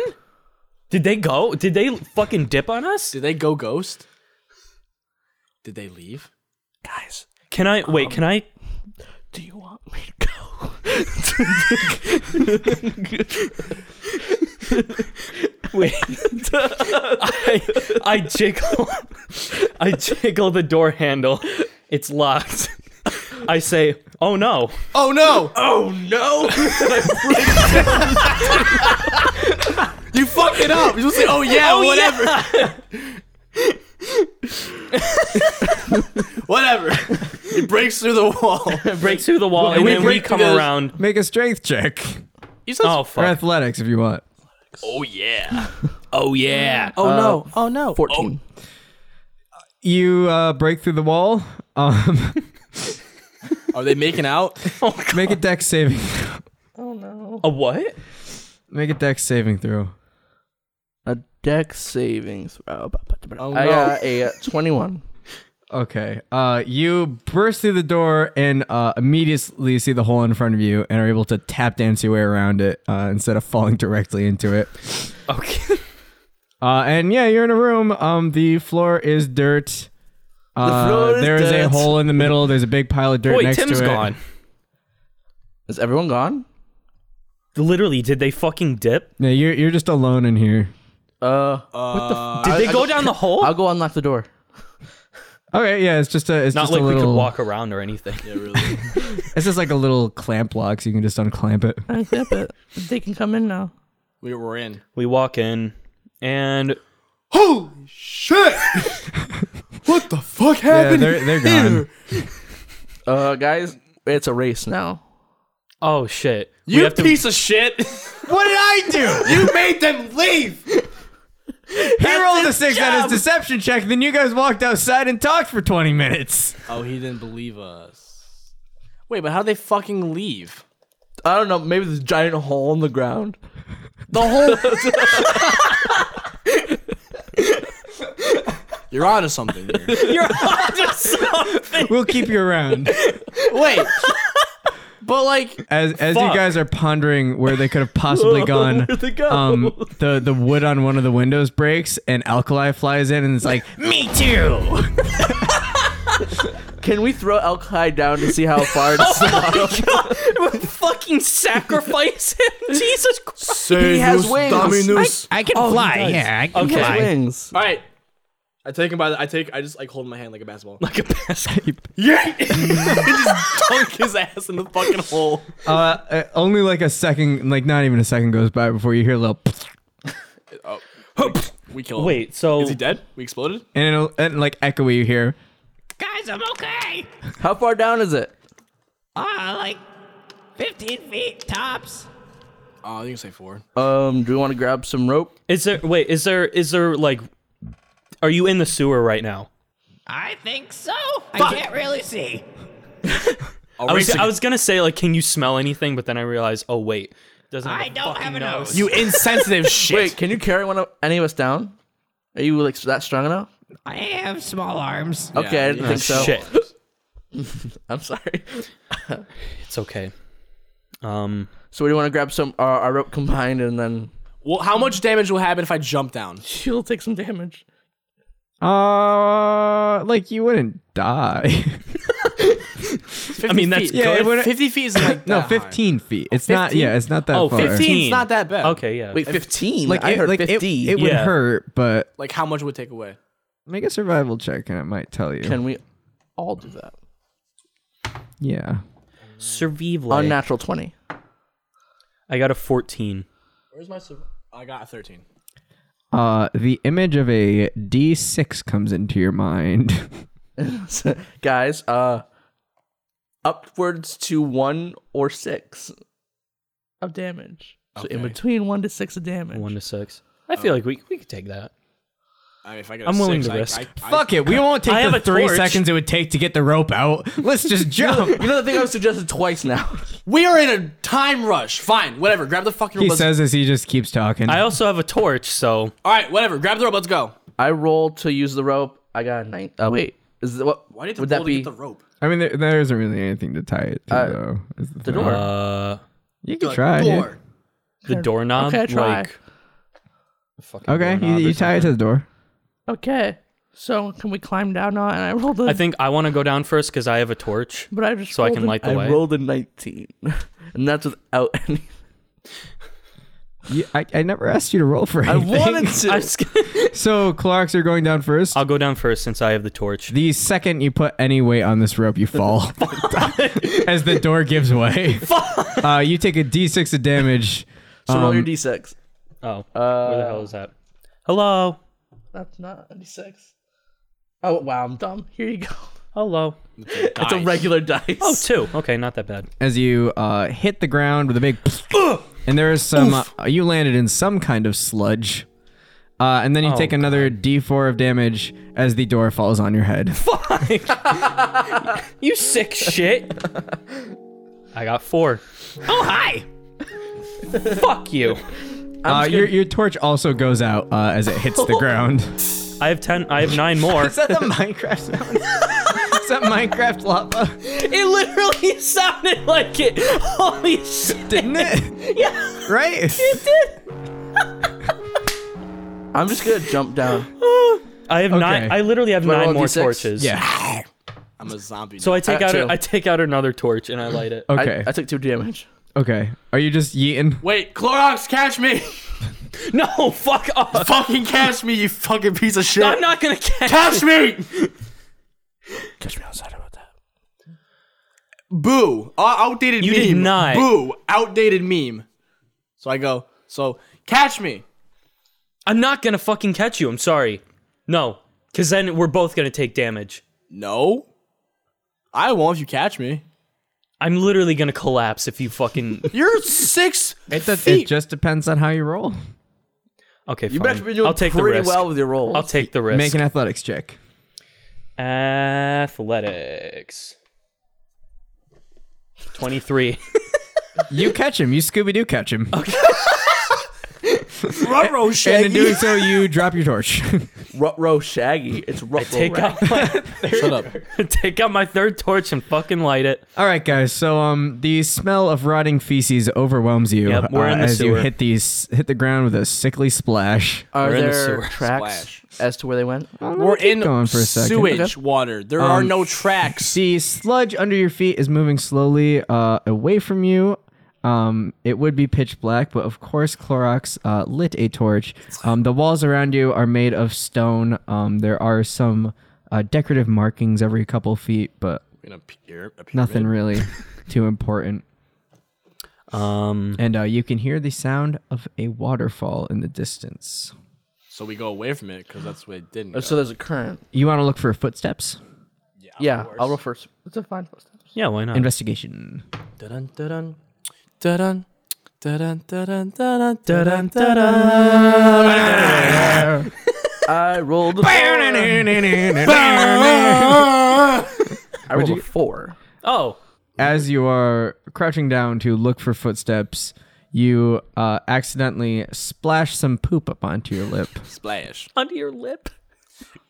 C: did they go did they fucking dip on us
D: Did they go ghost? Did they leave?
C: Can I wait? Can I?
E: Do you want me to go?
C: I, I jiggle. I jiggle the door handle. It's locked. I say, "Oh no!"
D: Oh no!
G: Oh no!
D: Oh, You fucked it up. You say, oh yeah, whatever. Whatever. it breaks through the wall.
C: break through the wall, and
D: we
C: then we
D: break
C: come
D: through those-
C: around.
B: Make a strength check
D: You said
C: Oh
B: or
C: fuck!
B: athletics if you want.
D: Oh yeah. Oh yeah.
G: Oh no! Oh no! Fourteen.
B: You uh, break through the wall. Um,
D: Oh. Are they making out?
B: make a dex saving.
C: A what?
B: Make a dex saving throw.
G: A deck savings. throw.
D: Oh,
G: I
D: no.
G: got a uh, twenty-one.
B: Okay. Uh, you burst through the door and uh, immediately see the hole in front of you and are able to tap dance your way around it uh, instead of falling directly into it.
C: Okay.
B: Uh, and yeah, you're in a room. Um, the floor is dirt. Uh,
G: floor is
B: there is a
G: dirt.
B: hole in the middle. There's a big pile of dirt
C: Wait,
B: next
C: Tim's
B: to it.
C: gone.
G: Is everyone gone?
C: Literally, did they fucking dip?
B: No, you're you're just alone in here.
G: Uh,
C: Did they go down the hole?
G: I'll go unlock the door.
B: Okay, yeah, it's just a it's
C: Not
B: just
C: like
B: a
C: we
B: little
C: could walk around or anything.
B: it's just like a little clamp lock, so you can just unclamp it.
E: I get it. They can come in now.
D: We were in.
C: We walk in, and
D: Holy shit! what the fuck
B: Yeah,
D: happened?
B: they're they're gone.
G: Uh, guys, it's a race now.
C: oh shit, we
D: you
C: have to
D: piece of shit! what did I do? You made them leave.
B: He rolled a six on his deception check, then you guys walked outside and talked for twenty minutes.
D: Oh, he didn't believe us. Wait, but how would they fucking leave?
G: I don't know. Maybe this giant hole in the ground.
D: The whole. You're onto something here.
B: We'll keep you around.
D: Wait, but like,
B: As as you
C: Fuck.
B: guys are pondering where they could have possibly gone, um, the the wood on one of the windows breaks and alkali flies in and it's like
F: Me too.
G: Can we throw Alki down to see how far? It's
C: fucking sacrifice him. Jesus Christ!
D: he
G: has wings.
D: Dominus.
F: I can fly. Yeah, I can
C: Okay.
F: fly.
G: wings.
D: All right, I take him by the. I take. I just like hold my hand like a basketball.
C: Like a basket.
D: dunk his ass in the fucking hole.
B: uh, uh, only like a second, like not even a second goes by before you hear a little
D: We kill him.
C: Wait, so
D: is he dead? We exploded.
B: and, it'll, and like echoey you hear.
F: Guys, I'm okay.
G: How far down is it?
F: Ah, like 15 feet tops.
D: Oh, you can say four.
G: Um, do we want to grab some rope?
C: is there? Wait, is there? Is there like? Are you in the sewer right now?
F: I think so. I can't really see.
D: I'll
C: I was,
D: race
C: I
D: ag-
C: was gonna say like, can you smell anything? But then I realized, oh wait, doesn't have
F: I don't have a nose.
D: you insensitive shit.
G: Wait, can you carry one of any of us down? Are you like that strong enough?
F: I have small arms.
G: Okay, I didn't
D: yeah.
G: think so.
C: Shit,
G: I'm sorry.
C: it's okay. Um,
G: So we want to grab some uh, our, our rope combined and then
D: Well, how much damage will happen if I jump down?
G: she'll take some damage.
B: Uh, like you wouldn't die.
C: I mean that's
D: feet.
B: it
C: good.
B: wouldn't-
D: Fifty feet is like
B: no,
D: that high.
B: fifteen feet. It's not.
D: 15?
B: Yeah, it's not that
C: Oh,
B: far.
C: 15.
D: 15's not that bad.
C: Okay, yeah.
G: Wait, fifteen?
B: Like
G: Like I
B: it,
G: heard
B: like it,
G: fifty.
B: it would
C: Yeah.
B: hurt, but
D: Like how much would it take away?
B: make a survival check and it might tell you.
G: Can we all do that?
B: yeah.
C: survival.
G: Unnatural twenty.
C: I got a fourteen.
D: Where's my? Sur- I got a thirteen.
B: Uh, the image of a D6 comes into your mind.
G: Guys, uh upwards to one or six of damage. So in
D: Okay.
G: between one to six of damage.
C: One to six. I feel like we we could take that.
D: I mean, if I get, a
C: I'm willing
D: six,
C: to
D: I-
C: risk.
D: I- I-
B: Fuck it, we won't take
C: I have
B: the
C: a
B: three
C: torch.
B: seconds it would take to get the rope out. Let's just jump.
G: You know the thing I've suggested twice now.
D: we are in a time rush. Fine, whatever. Grab the fucking.
B: he
D: rope.
B: says as he just keeps talking.
C: I also have a torch, so
D: All right, whatever. Grab the rope. Let's go.
G: I roll to use the rope. I got a nine. Uh, wait, is it, what?
D: Why did the
G: would that
D: bull
G: be
D: get the rope?
B: I mean, there, there isn't really anything to tie it to,
G: Uh,
B: though. is the
G: the
B: thing.
G: door?
C: uh,
B: You can try. dude.
D: Door.
C: the doorknob.
G: okay, try.
C: Like,
B: Okay, you, you tie it to the door.
E: Okay. So can we climb down now? And I rolled a
C: I think I want to go down first because I have a torch,
E: but I just
C: so I
E: rolled
C: can
E: a-
C: light the
G: I
C: way.
G: rolled a nineteen, and that's without any.
B: You, I, I never asked you to roll for
G: I
B: anything.
G: wanted to.
C: I was gonna-
B: So, Clarks, you're going down first.
C: I'll go down first since I have the torch.
B: the second you put any weight on this rope, you fall as the door gives way. Uh, you take a d6 of damage.
G: so roll your
B: um,
G: d6. uh,
C: oh, where the hell is that? Hello.
E: That's not a d6.
G: Oh wow, I'm dumb. Here you go.
C: Hello.
G: It's a regular dice.
C: Oh, two. Okay, not that bad.
B: as you uh, hit the ground with a big and there is some uh, you landed in some kind of sludge uh, and then you take another d4 of damage as the door falls on your head
C: You sick shit. I got four.
F: Oh, hi.
C: Fuck you.
B: uh, your, your torch also goes out uh, as it hits the ground is
C: I have ten. I have nine more.
B: that the minecraft sound is that minecraft lava
C: It literally sounded like it. Holy shit.
B: didn't it
C: Yeah.
B: right
G: I'm just gonna jump down.
C: I have nine. I literally have
G: I roll
C: nine
G: a
C: more
G: D6?
C: torches.
B: yeah
D: I'm a zombie.
C: So I take out.
G: got
C: A,
G: Uh, two.
C: I take out another torch and I light it.
G: I,
B: okay
G: I took two damage.
B: okay are you just yeeting
D: Wait, Clorox, catch me!
C: No, fuck off.
D: fucking catch me, you fucking piece of shit!
C: I'm not gonna catch.
D: catch me!
G: Catch me outside about that.
D: Boo! Uh, outdated
C: You
D: meme.
C: did not.
D: Boo! Outdated meme. So I go. So catch me.
C: I'm not gonna fucking catch you. I'm sorry. No, because then we're both gonna take damage.
D: No, I won't if you catch me.
C: I'm literally gonna collapse if you fucking.
D: You're six.
B: it, does,
D: feet.
B: it just depends on how you roll
C: Okay,
G: You
C: fine.
G: better be doing
C: I'll take the
G: pretty
C: risk.
G: well with your roll.
C: I'll take the risk.
B: make an athletics check
C: Athletics. 23.
B: you catch him you scooby-doo catch him
D: Ruh-roh,
B: and in
D: Shaggy.
B: doing so you drop your torch
G: Ruh-roh Shaggy. It's ruh
C: take out my
D: Shut up.
C: take out my third torch and fucking light it.
B: All right, guys. So, um, the smell of rotting feces overwhelms you uh,
C: Yep, we're in the
B: as you
C: sewer.
B: hit these hit the ground with a sickly splash.
G: Are
C: We're in the
G: there
C: sewer.
G: tracks as to where they went?
D: We're in
B: going for a second. Um,
D: sewage water. There are no tracks.
B: The sludge under your feet is moving slowly uh, away from you. Um, it would be pitch black, but of course, Clorox uh, lit a torch. Um, the walls around you are made of stone. Um, there are some uh, decorative markings every couple feet, but
D: In a pyra- a pyramid.
B: nothing really too important.
C: Um
B: And uh, you can hear the sound of a waterfall in the distance.
D: So we go away from it because that's what it didn't.
G: Oh, so there's a current.
B: You want to look for footsteps?
G: Yeah, I'll roll first. It's a fine footsteps.
C: yeah, why not?
B: Investigation.
D: Dun dun dun dun dun dun
G: I rolled a four. I rolled a four.
C: oh.
B: As you are crouching down to look for footsteps, you uh, accidentally splash some poop up onto your lip.
D: Splash.
C: Under your lip.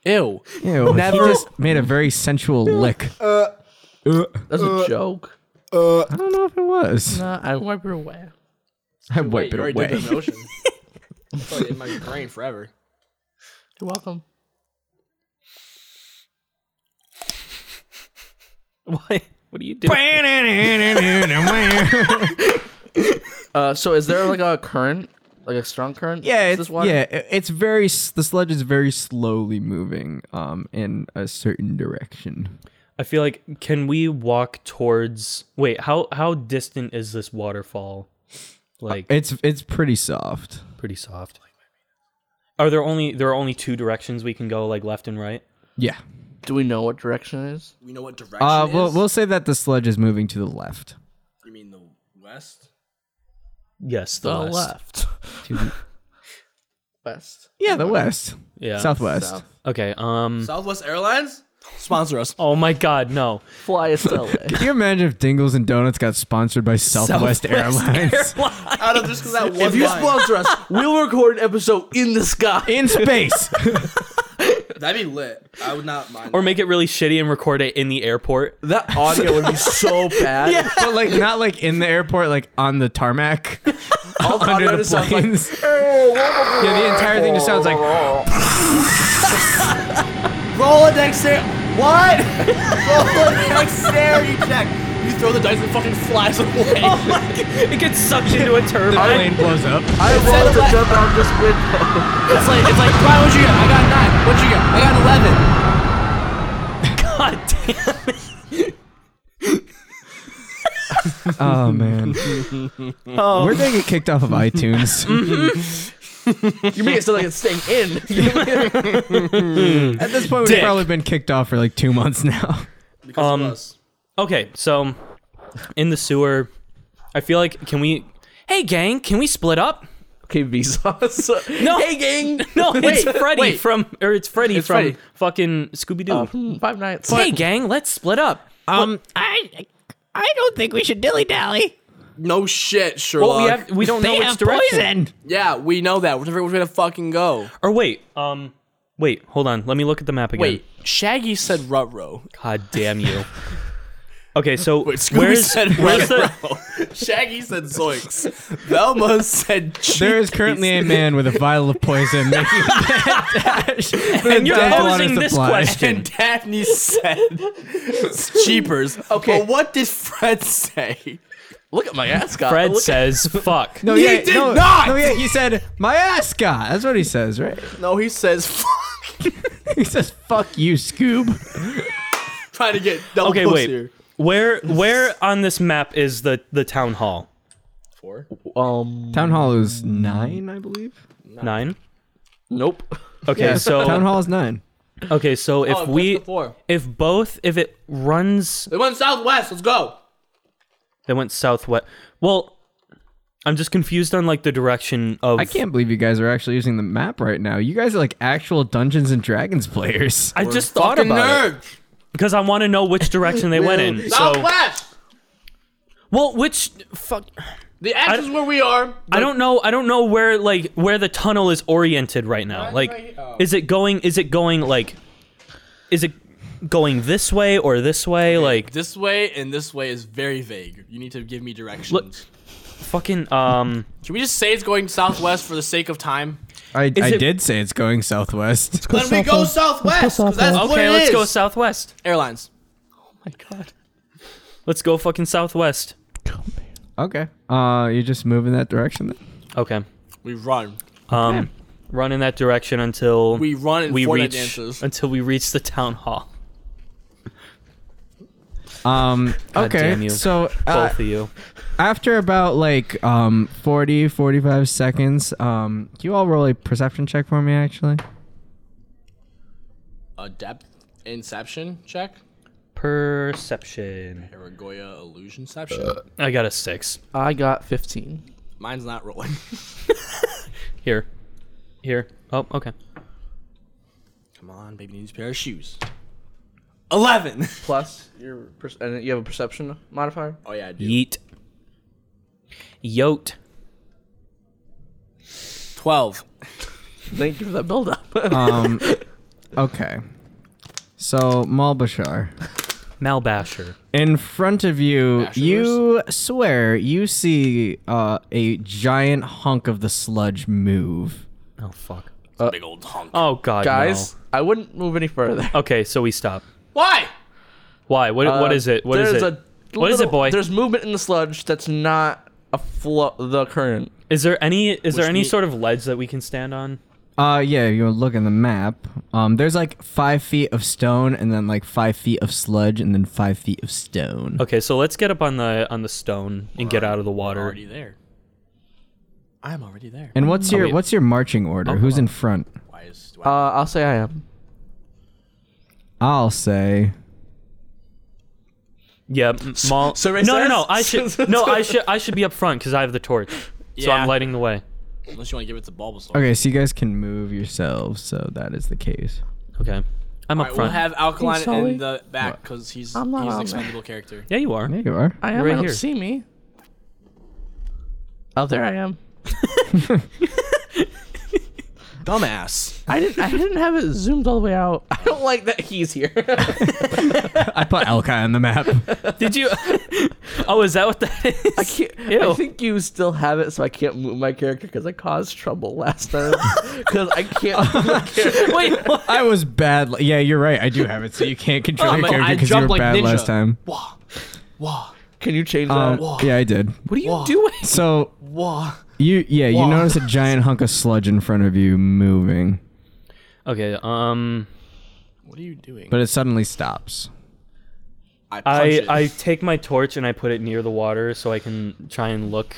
D: Ew.
B: Ew, Never. just made a very sensual lick.
G: That's a joke.
B: I don't know if it was.
G: Uh, I wipe it away.
B: I wipe it
D: You already
B: away.
D: did the motion. It's like in my brain forever.
G: You're welcome.
C: Why? What are you doing?
G: Uh, so is there like a current, like a strong current?
B: Yeah,
G: to
B: it's,
G: this one.
B: yeah, it- it's very. s- The sludge is very slowly moving, um, in a certain direction.
C: I feel like can we walk towards Wait, how how distant is this waterfall? Like
B: It's it's pretty soft.
C: pretty soft. Are there only there are only two directions we can go like left and right?
B: Yeah.
G: Do we know what direction it is?
D: We know what direction
B: Uh,
D: it
B: we'll,
D: is?
B: we'll say that the sludge is moving to the left.
D: You mean the west?
C: Yes, the, west.
G: left. west.
B: Yeah, the west,
C: Yeah.
B: southwest.
G: South.
C: Okay. Um
D: Southwest Airlines? Sponsor us.
C: Oh my god, no.
G: Fly us to LA.
B: Can you imagine if Dingles and Donuts got sponsored by Southwest, Airlines
D: Out of just because that one
G: if you
D: line.
G: sponsor us, we'll record an episode in the sky.
B: in space?
D: That'd be lit. I would not mind.
C: Or make it really shitty and record it in the airport.
G: That audio would be so bad.
B: but like not like in the airport, like on the tarmac
G: All the
B: under
G: audio
B: the
G: just sounds like
B: planes. yeah, the entire thing just sounds like
D: Rolodex there. What? Rolodex there. You check. You throw the dice and fucking flies away.
C: It gets sucked into a
B: the
C: turbine.
B: plane blows up.
G: I rolled to jump out this window.
D: It's like, it's like, Brian, what'd you get? I got nine. What'd you get? I got eleven.
C: God damn.
G: Oh.
B: Oh man, we're gonna get kicked off of iTunes.
G: You make it sound like it's staying in.
B: At this point, we've
C: Dick.
B: probably been kicked off for like two months now.
D: Because
C: Um,
D: of us.
C: Okay, so in the sewer, I feel like can we? Hey gang, can we split up?
G: okay, Vsauce.
C: No.
G: Hey, gang.
C: No, it's Freddy
G: wait.
C: from or it's Freddy from
G: Freddy.
C: fucking Scooby Doo.
G: Hmm, Five nights.
C: hey gang, let's split up.
F: Um, I, I don't think we should dilly dally.
D: no shit, Sherlock.
C: Well, we have we don't
F: They
C: know
F: have
C: which direction.
F: poison.
D: yeah, we know that. We're never gonna fucking go.
C: Or wait, um, wait, hold on. Let me look at the map again.
D: Wait, Shaggy said Rutro.
C: God damn you. Okay, so
D: Scooby
C: where's,
D: said
C: where's the
D: Shaggy said Zoinks. Velma said cheese.
B: There is currently a man with a vial of poison making a dash.
C: and you're
B: That's water
C: posing this
B: supply.
C: question.
D: and Daphne said cheapers. Okay, but what did Fred say?
G: Look at my ascot.
C: Fred
G: Look at-
C: says, "Fuck."
B: No,
D: He
B: yeah,
D: did
B: no,
D: not!
B: No, yeah, he said my ascot. That's what he says, right?
D: No, he says fuck.
B: He says "fuck you, Scoob."
D: Trying to get double
C: Okay,
D: puss
C: wait.
D: here.
C: Where where on this map is the the town hall?
G: Um.
B: Town hall is nine, I believe.
C: Nine.
G: Nope.
C: Okay,
B: Town
C: so
B: hall is nine.
C: okay, so if
D: Oh,
C: we
D: press the four.
C: if both if it runs
D: They went southwest. Let's go.
C: they went southwest. Well, I'm just confused on like the direction of
B: I can't believe you guys are actually using the map right now. You guys are like actual Dungeons and Dragons players.
C: I just thought
D: Fucking
C: about it
D: nerd.
C: because I want to know which direction they went in. So,
D: Southwest.
C: well, which fuck
D: The X is where we are.
C: I don't know. I don't know where like where the tunnel is oriented right now. Like,
D: right- oh.
C: is it going? Is it going like? Is it going this way or this way? Like,
D: This way and this way is very vague. You need to give me directions.
C: fucking um.
D: Should we just say it's going southwest for the sake of time?
B: I, I
C: it-
B: did say it's going southwest.
D: Then we go southwest. 'cause that's what
C: Okay,
D: it
C: let's go
D: is. Oh
C: southwest.
D: Airlines.
C: Let's go fucking southwest.
B: Okay. Uh, you just move in that direction then?
C: Okay.
D: We run.
C: Um, run in that direction until
D: We run and
C: we
D: Fortnite
C: reach
D: dances.
C: until we reach the town hall.
B: Um, okay.
C: damn you.
B: So
D: Ah.
B: uh,
C: Both of you.
B: after about like um 40, 45 seconds, um, can you all roll a perception check for me actually?
D: A depth inception check.
C: Perception.
D: Aragoya illusion inception.
C: I got a six.
G: I got 15.
D: Mine's not rolling.
C: Here. Here. Oh, okay.
D: Come on, baby needs a pair of shoes. Eleven.
G: Plus your per- and you have a perception modifier.
D: Oh yeah, I do.
C: Yeet. Yote.
D: Twelve.
G: Thank you for that build up.
B: Um, okay. So Malbashar,
C: Malbasher.
B: in front of you,
D: Bashers?
B: you swear you see uh, a giant hunk of the sludge move.
C: Oh fuck.
D: Big old honk.
C: Oh god.
G: Guys,
C: no.
G: I wouldn't move any further.
C: Okay, so we stop.
D: Why?
C: Why? What what
D: Uh,
C: is it? What is
G: Uh, There's
C: it?
G: a
C: What is it,
G: little-
C: boy?
G: There's movement in the sludge that's not a flow the current.
C: Is there any is there any
D: me-
C: sort of ledge that we can stand on?
B: Uh, yeah, if you look in the map, um, there's like five feet of stone and then like five feet of sludge and then five feet of stone.
C: Okay, so let's get up on the on the stone and get out of the water.
D: Already there. I'm already there.
B: And what's your what's your marching order? Who's in front?
D: Why is? Why?
G: Uh, I'll say I am.
B: I'll say.
C: Yeah, m- Maul.
G: so
C: no, no, no.
G: recess?
C: I should no. I should I should be up front because I have the torch, so
D: Yeah.
C: I'm lighting the way.
D: Unless you want to give it to Bulbasaur.
B: Okay, so you guys can move yourselves, so that is the case.
C: Okay, I'm
D: All right,
C: up
D: we'll
C: front.
D: have Alkaline
G: Sully?
D: in the back because he's
G: I'm not
D: he's an
G: on there.
D: expendable character.
C: yeah, you are.
B: There you are.
G: I am.
C: Right
G: I don't
C: here.
G: see me. Oh, there I am.
D: Dumbass.
G: I didn't. I didn't have it zoomed all the way out. I don't like that he's here.
B: I put Elka on the map.
C: Did you? oh, is that what that is?
G: I can't. I
C: Ew.
G: think you still have it, so I can't move my character because I caused trouble last time. Because I can't. move my character.
C: Wait, what?
B: I was bad. li- yeah, you're right. I do have it, so you can't control your
D: but
B: character
D: I
B: because you
D: jumped
B: were
D: like
B: bad
D: ninja.
B: last time.
D: Wah. Wah.
G: Can you change
B: Um,
G: that?
B: yeah, I did.
G: What are you doing?
B: So
D: Wah.
B: you, yeah, you
D: Wah.
B: notice a giant hunk of sludge in front of you moving,
C: okay. Um,
D: What are you doing?
B: but it suddenly stops.
D: I punch
C: I
D: it.
C: I take my torch and I put it near the water so I can try and look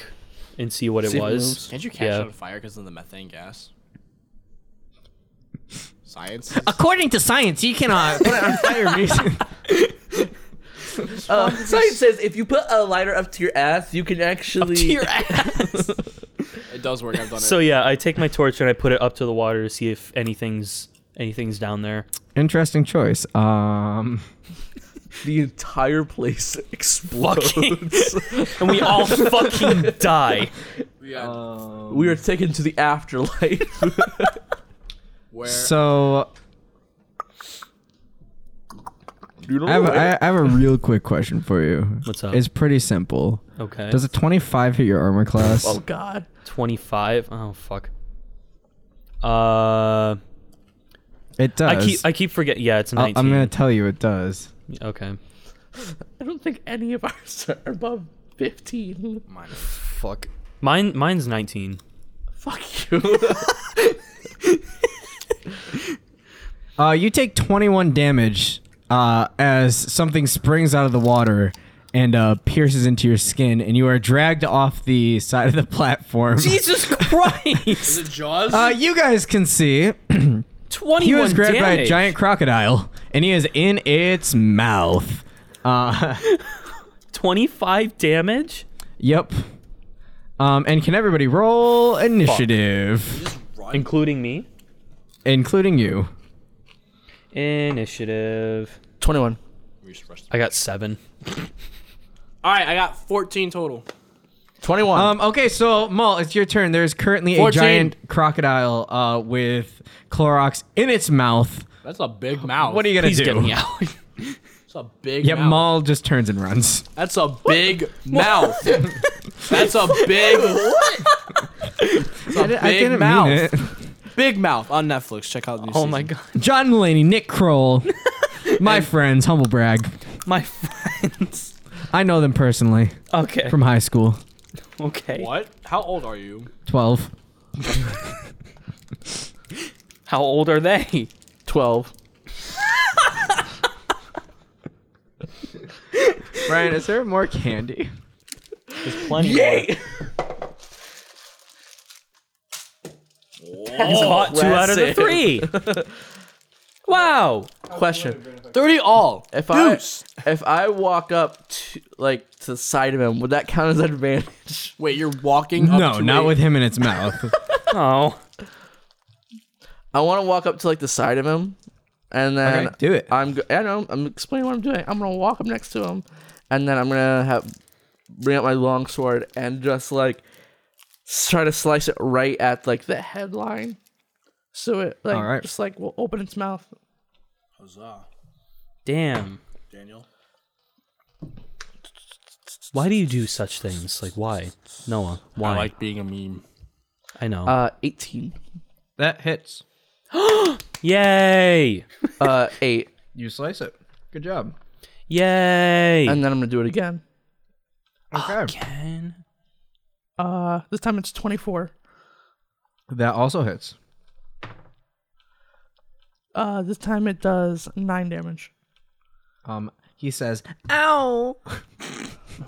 C: and see what
G: See
C: it
G: if it
C: was.
D: Can't you catch
C: Yeah.
D: it on fire because of the methane gas? Science.
B: According to science, you cannot put it on fire. Mason.
G: Uh, science says if you put a lighter up to your ass, you can actually.
D: it does work. I've done it.
C: So yeah, I take my torch and I put it up to the water to see if anything's anything's down there.
B: Interesting choice. Um,
G: the entire place explodes.
C: And we all fucking die.
D: yeah,
B: uh,
G: we are taken to the afterlife.
D: where
B: so I have, a, I I have a real quick question for you.
C: What's up?
B: It's pretty simple.
C: Okay.
B: Does a 25 hit your armor class?
G: oh God.
C: 25? Oh fuck. Uh
B: it does.
C: I keep I keep forgetting. Yeah, it's a
B: I, am
C: 19.
B: gonna tell you it does.
C: okay.
G: I don't think any of ours are above 15.
C: Fuck. Mine mine's 19.
G: Fuck you.
B: Uh, you take 21 damage uh, as something springs out of the water and uh, pierces into your skin, and you are dragged off the side of the platform.
C: Jesus Christ.
D: is it Jaws?
B: Uh, you guys can see
C: 21
B: he was grabbed by a
C: damage.
B: giant crocodile, and he is in its mouth. Uh,
C: 25 damage?
B: yep. Um, and can everybody roll initiative,
C: Including me?
B: including you?
C: Initiative.
G: 21.
D: We should rush
C: I got 7.
D: All right, I got 14 total.
G: 21.
B: Um, okay, so Maul, it's your turn. There's currently
D: 14.
B: a giant crocodile uh, with Clorox in its mouth.
D: That's a big mouth.
B: What are you gonna
C: Please
B: do?
C: get me out.
D: That's a big
B: Yep,
D: mouth.
B: Maul just turns and runs.
D: That's a big mouth. That's a big
B: I, di- I
D: big
B: didn't
D: mouth.
B: mean it.
D: big mouth on Netflix. Check out the new
C: Oh my god.
B: John Mulaney, Nick Kroll, my friends, humble brag.
C: My friends.
B: I know them personally
C: Okay.
B: from high school.
C: okay.
D: What? How old are you?
B: Twelve.
C: How old are they?
G: 12.
B: Brian, is there more candy?
C: Plenty. Yay! That's hot two out of the three. wow.
G: Question.
D: 30 all.
G: If I if I walk up to like to the side of him, would that count as advantage?
D: Wait, you're walking up
B: No,
D: to
B: not
D: a-
B: with him in its mouth.
C: Oh.
G: I want to walk up to like the side of him, and then
B: Okay, do it.
G: I'm go- I know I'm explaining what I'm doing. I'm gonna walk up next to him, and then I'm gonna have bring out my long sword and just like s- try to slice it right at like the headline, so it like
B: All right.
G: just like will open its mouth.
C: Damn.
D: Daniel.
C: Why do you do such things? Like why? Noah. Why?
D: I like being a meme.
C: I know.
G: Uh, 18.
B: that hits.
C: Yay.
G: Uh, eight,
B: You slice it. Good job.
C: Yay.
G: and then I'm gonna do it again.
B: Okay.
C: Again.
G: Uh, this time it's 24.
B: That also hits.
G: Uh, this time it does nine damage.
B: Um, he says,
F: Ow.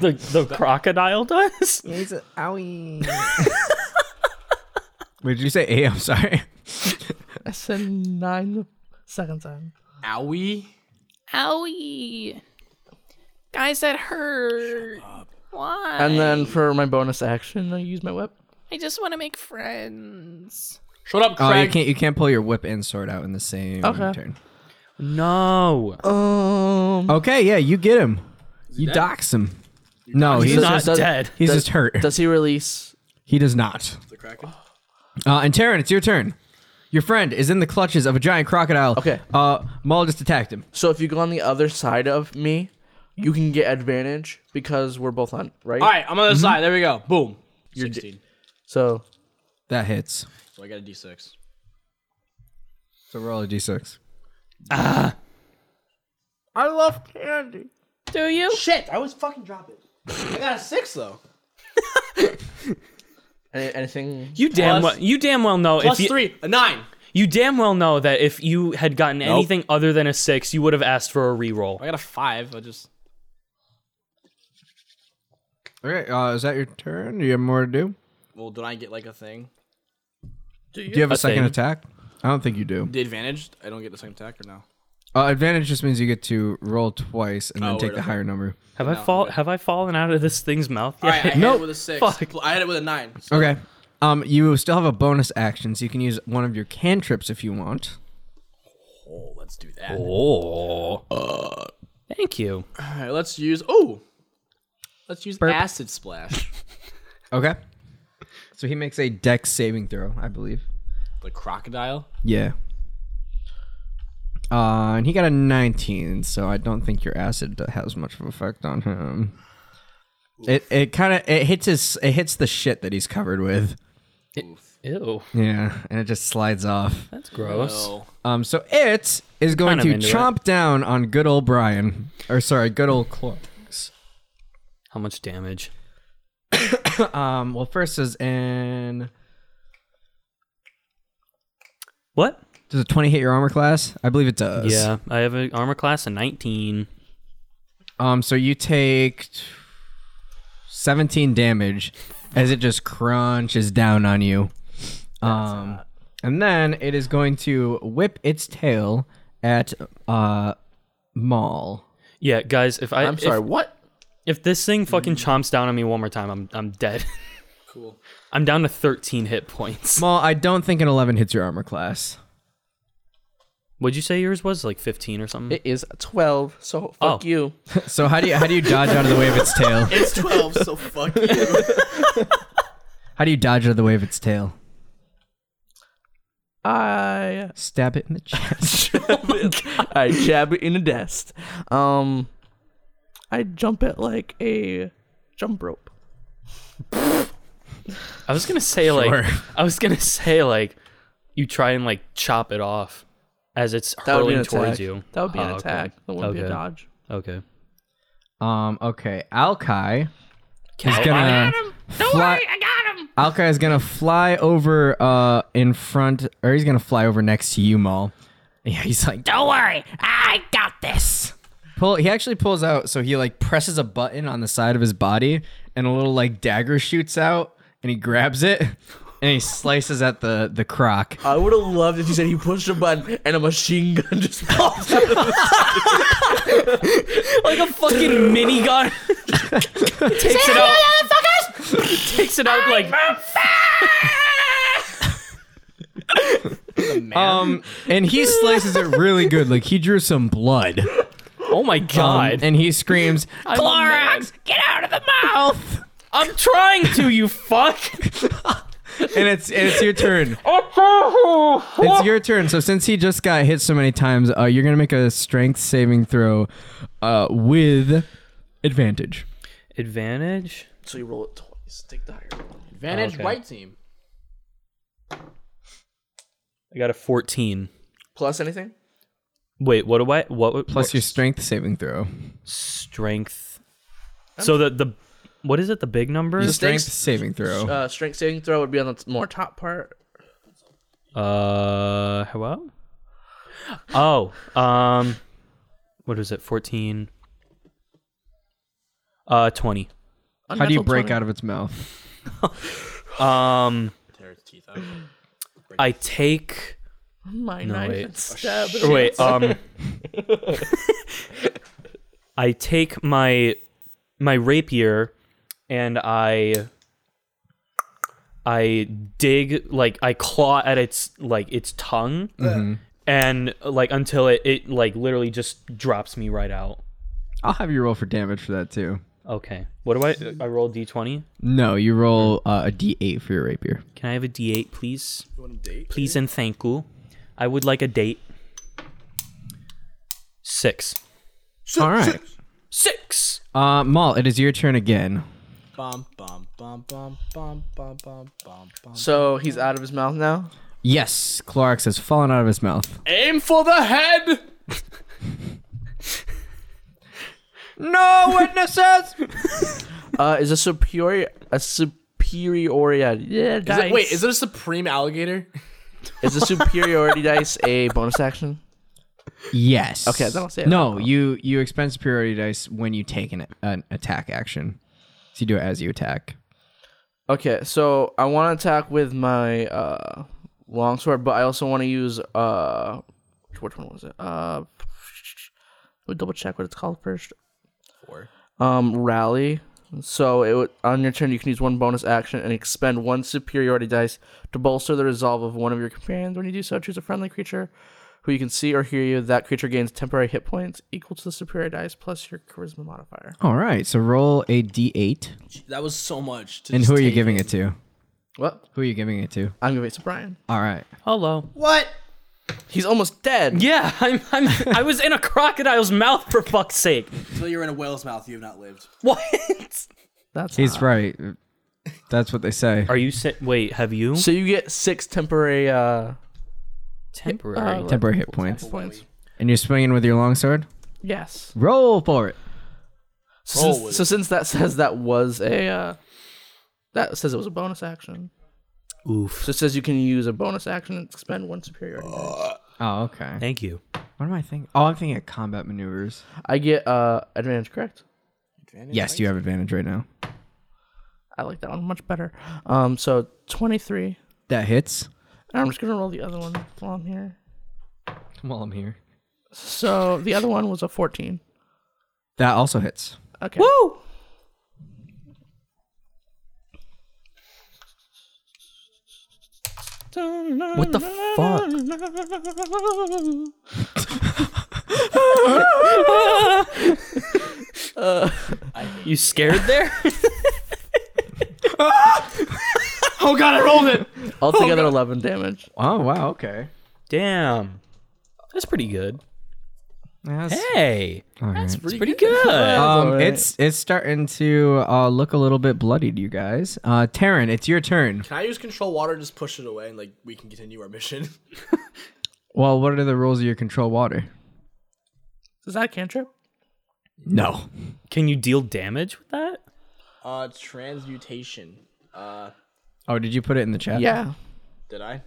C: The the crocodile does?
F: Yeah, he's a owie.
B: "Wait, did you say A? I'm sorry."
G: I said nine the second time.
D: Owie.
F: owie. Guys, that hurt. Why?
G: And then for my bonus action, I use my whip.
F: I just want to make friends.
D: Shut up,
B: Oh, you
D: Craig.
B: can't. You can't pull your whip and sword out in the same
G: Okay.
B: turn.
C: No.
G: Um,
B: Okay, yeah, you get him. You dox him. no,
C: He's
B: he's
C: not
G: does-
C: dead.
B: he's
G: does-
B: just hurt.
G: does he release?
B: he does not. Uh, and Taryn, it's your turn. Your friend is in the clutches of a giant crocodile.
G: Okay.
B: Uh, Maul just attacked him.
G: So if you go on the other side of me, you can get advantage because we're both on, right?
D: All right, I'm on the
B: Mm-hmm.
D: other side. There we go. Boom. 16.
G: So
B: That hits.
D: so I got a D6.
B: So roll a d6.
F: I love candy. Do you?
D: Shit, I was fucking dropping. I got a 6, though.
G: any, anything?
C: You damn
D: Plus-
C: well you damn well know
D: Plus
C: if you,
D: 3. A 9.
C: you damn well know that if you had gotten anything other than a 6, you would have asked for a reroll.
D: I got a 5. I just...
B: Okay, uh, is that your turn? Do you have more to do?
D: Well, did I get like a thing?
B: Do you have a, second
C: thing.
B: attack? I don't think you do.
D: The advantage? I don't get the same attack or no?
B: Uh, advantage just means you get to roll twice and then
D: Oh,
B: take
D: wait,
B: the
D: okay.
B: higher number.
C: Have I fall? Have I fallen out of this thing's mouth
D: All
C: yet?
D: right, I hit
B: Nope.
D: it with a six.
C: Fuck.
D: Pl- I hit it with a nine. So
B: Okay. Um, you still have a bonus action, so you can use one of your cantrips if you want.
D: oh, let's do that.
C: Oh. Thank you.
D: All right, let's use. Oh, let's use acid splash.
B: Okay. So he makes a dex saving throw, I believe.
D: the crocodile.
B: Yeah. Uh, and he got a 19, so I don't think your acid has much of an effect on him. It it kind of it hits his it hits the shit that he's covered with.
C: Ew.
B: Yeah, and it just slides off.
C: That's gross.
D: Oh,
B: Um, so it is going
C: Kind of
B: to
C: into it.
B: chomp down on good old Brian, or sorry, good old Cloaks.
C: How much damage?
B: Um, well, first is in
C: What?
B: does a 20 hit your armor class? I believe it does.
C: Yeah, I have an armor class of 19.
B: Um, so you take 17 damage as it just crunches down on you. Um, and then it is going to whip its tail at uh, Maul.
C: Yeah, guys, if I
G: I'm sorry.
C: if,
G: what?
C: if this thing fucking chomps down on me one more time, I'm I'm dead.
D: cool.
C: I'm down to 13 hit points.
B: Maul, I don't think an 11 hits your armor class.
C: What'd you say yours was? Like 15 or something?
G: It is twelve. So
C: Oh.
G: fuck you.
B: So how do you how do you dodge out of the way of its tail?
D: It's twelve, so fuck you.
B: How do you dodge out of the way of its tail?
G: I
B: Stab it in the chest.
G: I jab it in the desk. Um, I jump it like a jump rope.
C: I was gonna say like I was gonna say like you try and like chop it off as it's
G: That would be
C: hurling
G: an
C: towards
G: attack.
C: you.
G: That would be
C: Oh,
G: an
C: okay.
G: attack. That wouldn't be a
C: Okay.
G: dodge.
C: Okay.
B: Um, okay, Alkai is
C: I-
B: gonna fly.
F: I got him.
B: Alkai is gonna fly over uh in front, or he's gonna fly over next to you, Maul. Yeah, he's like,
F: Don't worry, I got this.
B: pull. He actually pulls out, so he like presses a button on the side of his body, and a little like dagger shoots out, and he grabs it, and he slices at the the croc.
G: I would have loved if you said he pushed a button and a machine gun just pops out.
C: like a fucking minigun. takes it out. takes it out like
B: Um, and he slices it really good. Like he drew some blood.
C: oh my
B: Um,
C: god.
B: and he screams,
C: I'm mad.
F: Clorox, get out of the mouth.
C: I'm trying to, you fuck.
B: and it's and it's your turn. it's your turn. So since he just got hit so many times, uh, you're gonna make a strength saving throw, uh, with advantage.
C: Advantage.
G: So you roll it twice. Take the higher roll.
D: Advantage,
C: Okay.
D: white team.
C: I got a 14.
G: Plus anything?
C: Wait, what do I? What
B: Plus
C: plus
B: your strength saving throw.
C: strength? So the the what is it? The big number?
B: Your
G: Just-
B: strength
G: thanks-
B: saving throw.
G: Uh, strength saving throw would be on the t- more top part.
C: Uh, hello. Oh, um, what was it? 14. Uh, 20.
B: How do you break out of its mouth?
C: Um, I take.
G: My
C: No,
G: knife
C: wait.
G: and stab it.
C: Wait, um I take my my rapier and I I dig like I claw at its like its tongue and like until it, it like literally just drops me right out.
B: I'll have you roll for damage for that too.
C: Okay. What do I I roll D twenty?
B: No, you roll uh, a d8 for your rapier.
C: Can I have a D eight, please? Please and thank you. I would like a date. Six.
B: All right,
C: Six.
B: uh, Maul, it is your turn again.
D: Bum bum bum bum bum bum bum bum bum.
G: So he's out of his mouth now.
B: Yes, Clorox has fallen out of his mouth.
D: Aim for the head.
B: No witnesses.
G: Uh, is a superior a superiority? Yeah,
D: Is
G: dice.
D: it, wait, is it a supreme alligator?
G: Is a superiority dice a bonus action?
B: Yes. Oh.
G: Okay, then I'll say it.
B: No, you you expend superiority dice when you take an, an attack action. So you do it as you attack.
G: Okay, so I want to attack with my uh, longsword, but I also want to use uh, which one was it? Uh, let me double check what it's called first. Four. Um, rally. So it would, on your turn, you can use one bonus action and expend one superiority dice to bolster the resolve of one of your companions. When you do so, choose a friendly creature who you can see or hear you. That creature gains temporary hit points equal to the superiority dice plus your charisma modifier.
B: All right. So roll a d8.
D: That was so much. To
B: And
D: just
B: who are you
D: take
B: giving
D: in.
B: it to?
G: What?
B: Who are you giving it to?
G: I'm gonna wait to Brian.
B: All right.
C: Hello.
G: He's almost dead.
C: Yeah, I'm, I'm, I was in a crocodile's mouth for fuck's sake.
D: Until you're in a whale's mouth, you have not lived.
C: What?
G: That's
B: He's right. That's what they say.
C: Are you sa- wait? Have you
G: So you get six temporary uh,
C: temporary?
B: Temporary hit points.
G: points.
B: And you're swinging with your longsword?
G: Yes.
B: Roll for it.
G: So since, so since that says that was a uh, that says it was a bonus action. Oof. So it says you can use a bonus action and expend one superiority.
B: Oh, okay.
C: Thank you.
B: What am I thinking? Oh, I'm thinking of combat maneuvers.
G: I get uh advantage, correct?
B: Yes, you have advantage right now.
G: I like that one much better. Um, so twenty three.
B: That hits.
G: I'm just gonna roll the other one while I'm here.
B: While I'm here.
G: So the other one was a fourteen.
B: That also hits.
G: Okay. Woo!
C: What the fuck? you scared there?
D: Oh god, I rolled it.
G: Altogether eleven damage.
B: Oh, wow. Okay.
C: Damn, that's pretty good.
B: That's,
C: Hey,
B: all right.
C: it's pretty good. Uh,
B: Um, it's it's starting to uh, look a little bit bloody to you guys. Uh, Taryn, it's your turn.
D: Can I use control water and just push it away and like we can continue our mission?
B: Well, what are the rules of your control water?
G: Is that a cantrip?
B: No.
C: Can you deal damage with that?
D: Uh, transmutation. Uh,
B: Oh, did you put it in the chat?
G: Yeah.
D: did I?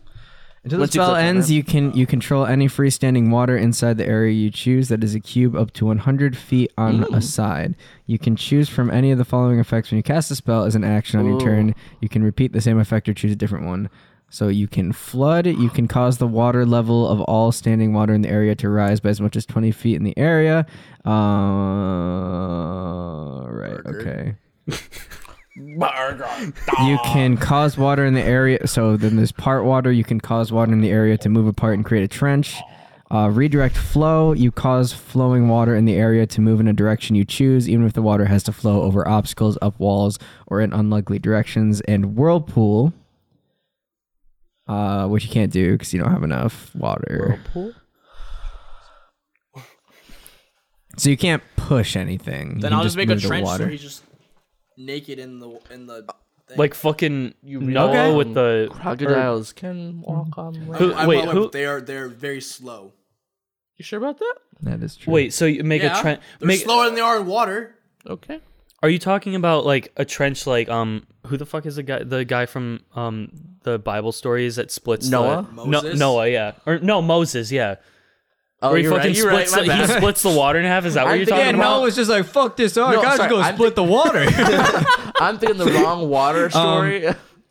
B: Until the
G: Once you uh,
B: spell
G: click on
B: ends,
G: it.
B: you can you control any freestanding water inside the area you choose that is a cube up to 100 feet on
G: Mm.
B: a side. You can choose from any of the following effects when you cast a spell as an action on your turn. You can repeat the same effect or choose a different one. So you can flood. You can cause the water level of all standing water in the area to rise by as much as 20 feet in the area. Uh, right. Okay. You can cause water in the area. So then there's part water. You can cause water in the area to move apart and create a trench. Uh, redirect flow. You cause flowing water in the area to move in a direction you choose, even if the water has to flow over obstacles, up walls, or in unlikely directions. And whirlpool, uh, which you can't do because you don't have enough water. Whirlpool. So you can't push anything. You
D: Then
B: can
D: I'll just, make a
B: move the
D: trench so
B: water.
D: he's just naked in the in the. Thing.
C: Like fucking Noah
G: Okay.
C: with the
G: Crocodiles can walk on. land.
C: Who-
D: I-
C: wait,
D: I-
C: who-
D: They are they're very slow.
G: You sure about that?
B: That is true.
C: Wait, so you make
D: Yeah,
C: a trench?
D: they're
C: Make
D: slower than they are in water.
G: Okay.
C: Are you talking about like a trench? Like um, who the fuck is the guy? The guy from um the Bible stories that splits the-
G: Noah?
D: Moses?
C: No, Noah, yeah, or no Moses, yeah.
G: Oh,
C: Where he fucking splits the, he splits the water in half. Is that what
G: I'm
C: you're
G: thinking
B: Yeah,
C: talking
G: Noah-
C: about?
B: no, it's just like fuck this. Oh,
G: No,
B: guys,
G: sorry,
B: go
G: I'm
B: split the water.
G: I'm thinking the wrong water story.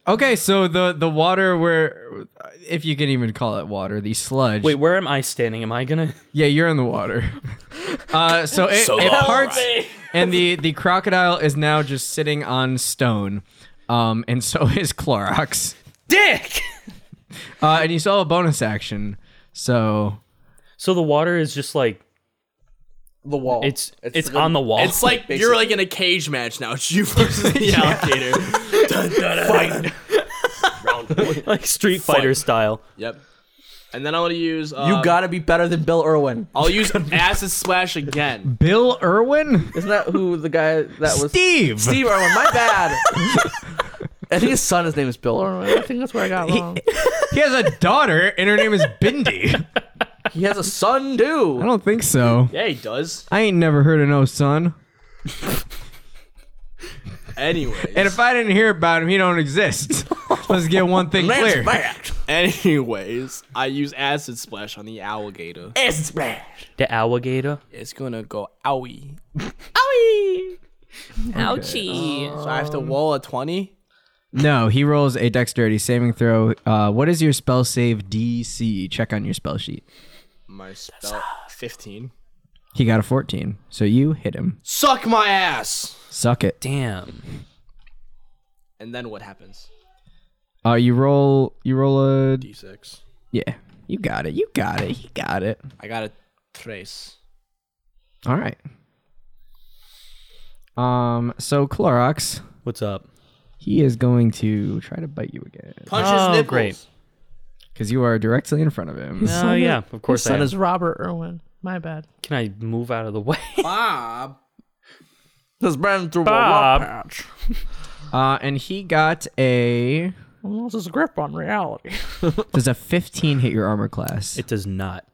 B: Okay, so the the water where, if you can even call it water, the sludge.
C: Wait, where am I standing? Am I gonna?
B: yeah, you're in the water. uh, so it, it parts, and the the crocodile is now just sitting on stone, um, and so is Clorox.
C: Dick.
B: Uh, and you saw a bonus action, so
C: So the water is just like
G: the wall.
C: it's it's, on the wall.
D: It's like you're like in a cage match now. It's you versus the alligator. Dun, dun, dun.
C: like Street Fighter style.
D: Yep. And then I want to use. Uh,
G: you gotta be better than Bill Irwin.
D: I'll use acid splash again.
B: Bill Irwin,
G: Isn't that who the guy that was?
B: Steve.
G: Steve Irwin. My bad. I think his son, his name is Bill Irwin. I think that's where I got wrong.
B: He has a daughter, and her name is Bindi.
G: He has a son
B: I
G: too.
B: don't think so.
D: Yeah, he does.
B: I ain't never heard of no son.
D: Anyways.
B: And if I didn't hear about him, he don't exist. Let's get one thing clear.
D: Anyways, I use acid splash on the alligator.
C: The alligator.
D: It's gonna go owie.
I: Ouchie.
D: Uh, So I have to wall a twenty.
B: No, he rolls a dexterity saving throw. Uh, what is your spell save DC? Check on your spell sheet.
D: My spell fifteen.
B: He got a 14, so you hit him.
D: Suck my ass.
B: Suck it.
C: Damn.
D: And then what happens?
B: Uh, you roll. You roll a.
D: D six.
B: Yeah, you got it. You got it. He got it.
D: I got a trace.
B: All right. Um. So Clorox,
C: What's up?
B: he is going to try to bite you again
D: Punch his
C: Oh,
D: nipples.
C: great.
B: because you are directly in front of him.
C: Oh yeah, of course I
G: Son
C: am.
G: is Robert Irwin. My bad.
C: Can I move out of the way?
D: Bob.
G: This brand through
C: Bob.
G: a rock patch.
B: Uh, and he got a.
G: Lost his grip on reality.
B: Does a 15 hit your armor class?
C: It does not.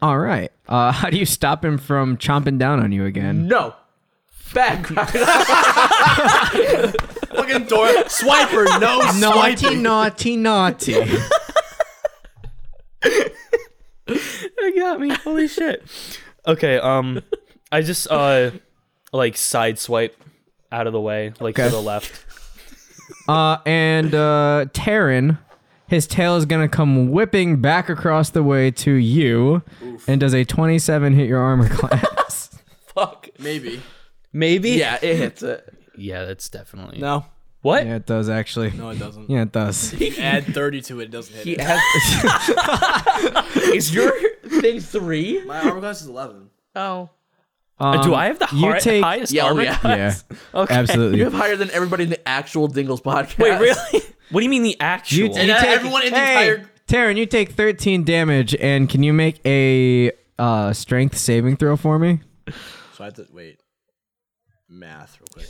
B: All right. Uh, how do you stop him from chomping down on you again?
G: No. Back.
D: Fucking door. Swiper. No.
B: Naughty, naughty, naughty.
C: It got me. Holy shit. Okay. Um, I just uh, like sideswipe out of the way, like to
B: Okay.
C: the left.
B: Uh, and uh, Taryn, his tail is gonna come whipping back across the way to you, and does a 27 hit your armor class?
D: Maybe.
C: Maybe.
G: yeah, it hits it.
C: Yeah, that's definitely.
D: No.
C: What?
B: yeah, it does actually.
D: No, it doesn't.
B: Yeah, it does.
D: You can add thirty to it. It doesn't hit. it.
G: Is your thing three?
D: My armor class is eleven.
G: Oh.
B: Um,
C: Do I have the
B: you
C: high,
B: take-
C: highest
G: Yeah, oh,
C: armor?
G: yeah.
B: Yeah,
C: Okay.
G: You
B: absolutely.
G: have higher than everybody in the actual Dingles podcast.
C: Wait, really? What do you mean the actual?
B: You take-
D: everyone in the
B: hey,
D: entire.
B: Taryn, you take 13 damage, and can you make a uh, strength saving throw for me?
D: So I have to wait. Math real quick.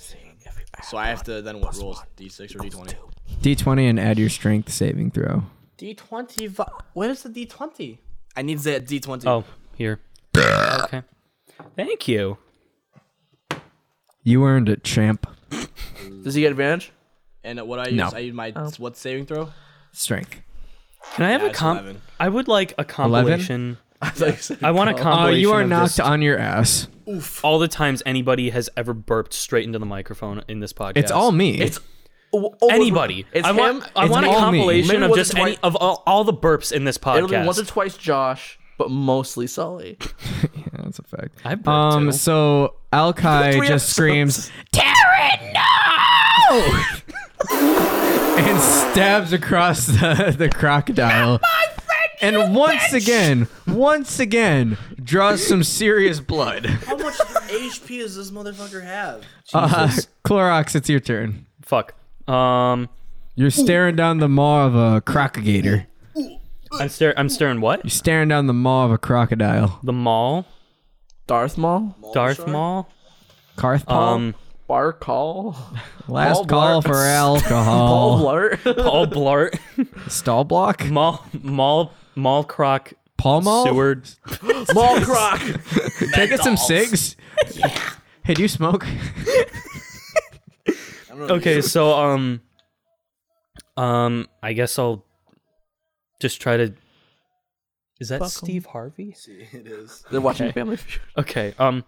D: So I have to then what rolls? D six or D twenty?
B: D20 and add your strength saving throw.
D: D twenty. Where's the D twenty? I need that D twenty.
C: oh, here. okay. Thank you.
B: You earned it, champ.
G: Does he get advantage?
D: And what I use?
B: No.
D: I use my
C: Oh.
D: what saving throw?
B: Strength.
C: Can I have
D: Yeah,
C: a
D: it's
C: comp?
D: 11.
C: I would like a compilation. I want a
B: Oh,
C: compilation.
B: you are
C: of
B: knocked
C: just
B: on your ass.
C: all the times anybody has ever burped straight into the microphone in this podcast.
B: It's all me.
G: It's oh, oh,
C: anybody.
G: It's
C: I
G: him.
C: want, I
B: it's
C: want a
B: all me.
C: compilation
G: Maybe
C: of
G: once or
C: just any
G: twice.
C: of all, all the burps in this
G: It'll be once or
C: podcast.
G: twice Josh, but mostly Sully.
B: Yeah, that's a fact.
C: I burped
B: um,
C: too.
B: so Alki
G: Three
B: just screams
F: Taryn, no!
B: and stabs across the, the crocodile. And once again, once again, draws some serious blood.
D: How much HP does this motherfucker have?
B: Uh, Clorox, it's your turn.
C: Fuck. Um,
B: You're staring down the maw of a crocagator.
C: I'm staring. I'm staring. What?
B: You're staring down the maw of a crocodile.
C: The mall.
G: Darth Maul?
C: Darth Maul.
B: Carth Paul.
C: Um,
G: Bar Call?
B: Last
G: Paul
B: call
G: Blart.
B: for
G: Paul
B: alcohol.
G: Blart?
C: Paul Blart.
B: Stall block.
C: mall. Mall. Mall. Croc.
B: Paul mall.
C: Seward.
G: Maul Croc!
B: Can I get some cigs? Hey, do you smoke?
C: Okay, so um, um, I guess I'll just try to. Is that Steve Harvey?
G: They're watching Family Feud.
C: Okay. Um,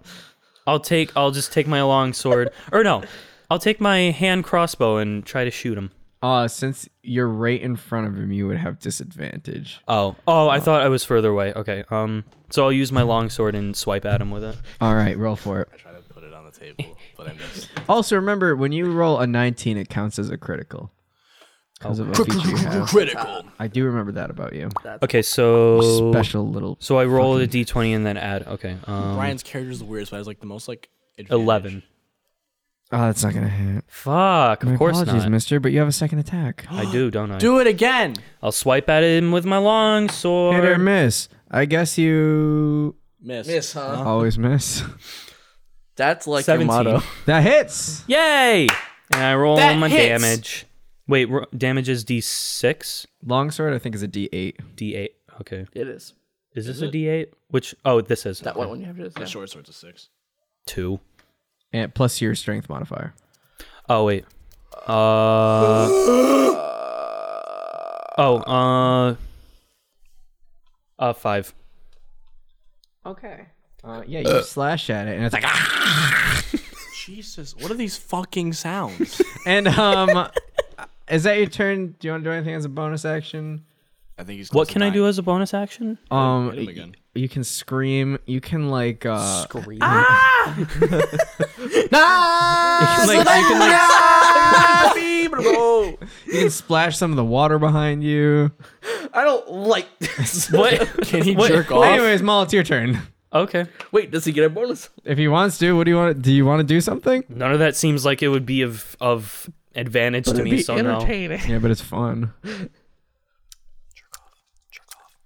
C: I'll take. I'll just take my long sword, or no, I'll take my hand crossbow and try to shoot him.
B: Uh, since you're right in front of him, you would have disadvantage.
C: Oh, oh, I thought I was further away. Okay. Um, so I'll use my long sword and swipe at him with it.
B: All right, roll for it.
D: Try to put it on the table, but I missed.
B: Also, remember when you roll a 19, it counts as a critical. Because of a feature you have.
D: Critical.
B: I do remember that about you.
C: Okay,
D: Oh.
C: so
B: Special little.
C: So I roll a d20 and then add. Okay. Um,
D: Brian's character is the weirdest, but I was like the most like. advantage.
C: eleven.
B: Oh, that's not gonna hit.
C: Fuck. Of
B: My
C: course
B: apologies,
C: not.
B: Mister, but you have a second attack.
C: I do, don't I?
D: Do it again.
C: I'll swipe at him with my long sword.
B: Hit or miss. I guess you
D: Miss.
G: huh?
B: always miss.
G: That's like your
C: 17.
G: motto.
B: That hits.
C: Yay! And I roll
D: That
C: my
D: hits.
C: damage. Wait, ro- damage is d6,
B: Longsword, I think, is a D8.
C: d8. Okay,
G: It is.
C: is this a d8? Which? Oh, this is
G: That
C: okay.
G: one when you have to yeah.
D: Short swords of six.
C: Two.
B: And plus your strength modifier.
C: Oh wait. Uh. oh. Uh. Uh. Five.
B: Uh. Okay. Uh, yeah, you slash at it, and it's like, "Ah!"
D: Jesus, what are these fucking sounds?
B: And um, is that your turn? Do you want to do anything as a bonus action?
D: I think he's.
C: What can I do as a bonus action?
B: Um,
D: hit him again.
B: y- you can scream. You can like uh,
D: Scream.
B: you can, like, you can,
G: Ah!
B: like- you can splash some of the water behind you.
G: I don't like this.
C: What can he jerk off?
B: Anyways, Maul, it's your turn.
C: Okay.
G: Wait, does he get a bonus?
B: If he wants to, what do you want? Do you want to do something?
C: None of that seems like it would be of of advantage to me.
G: Be
C: So Oh, no,
G: entertaining.
B: Yeah, but it's fun.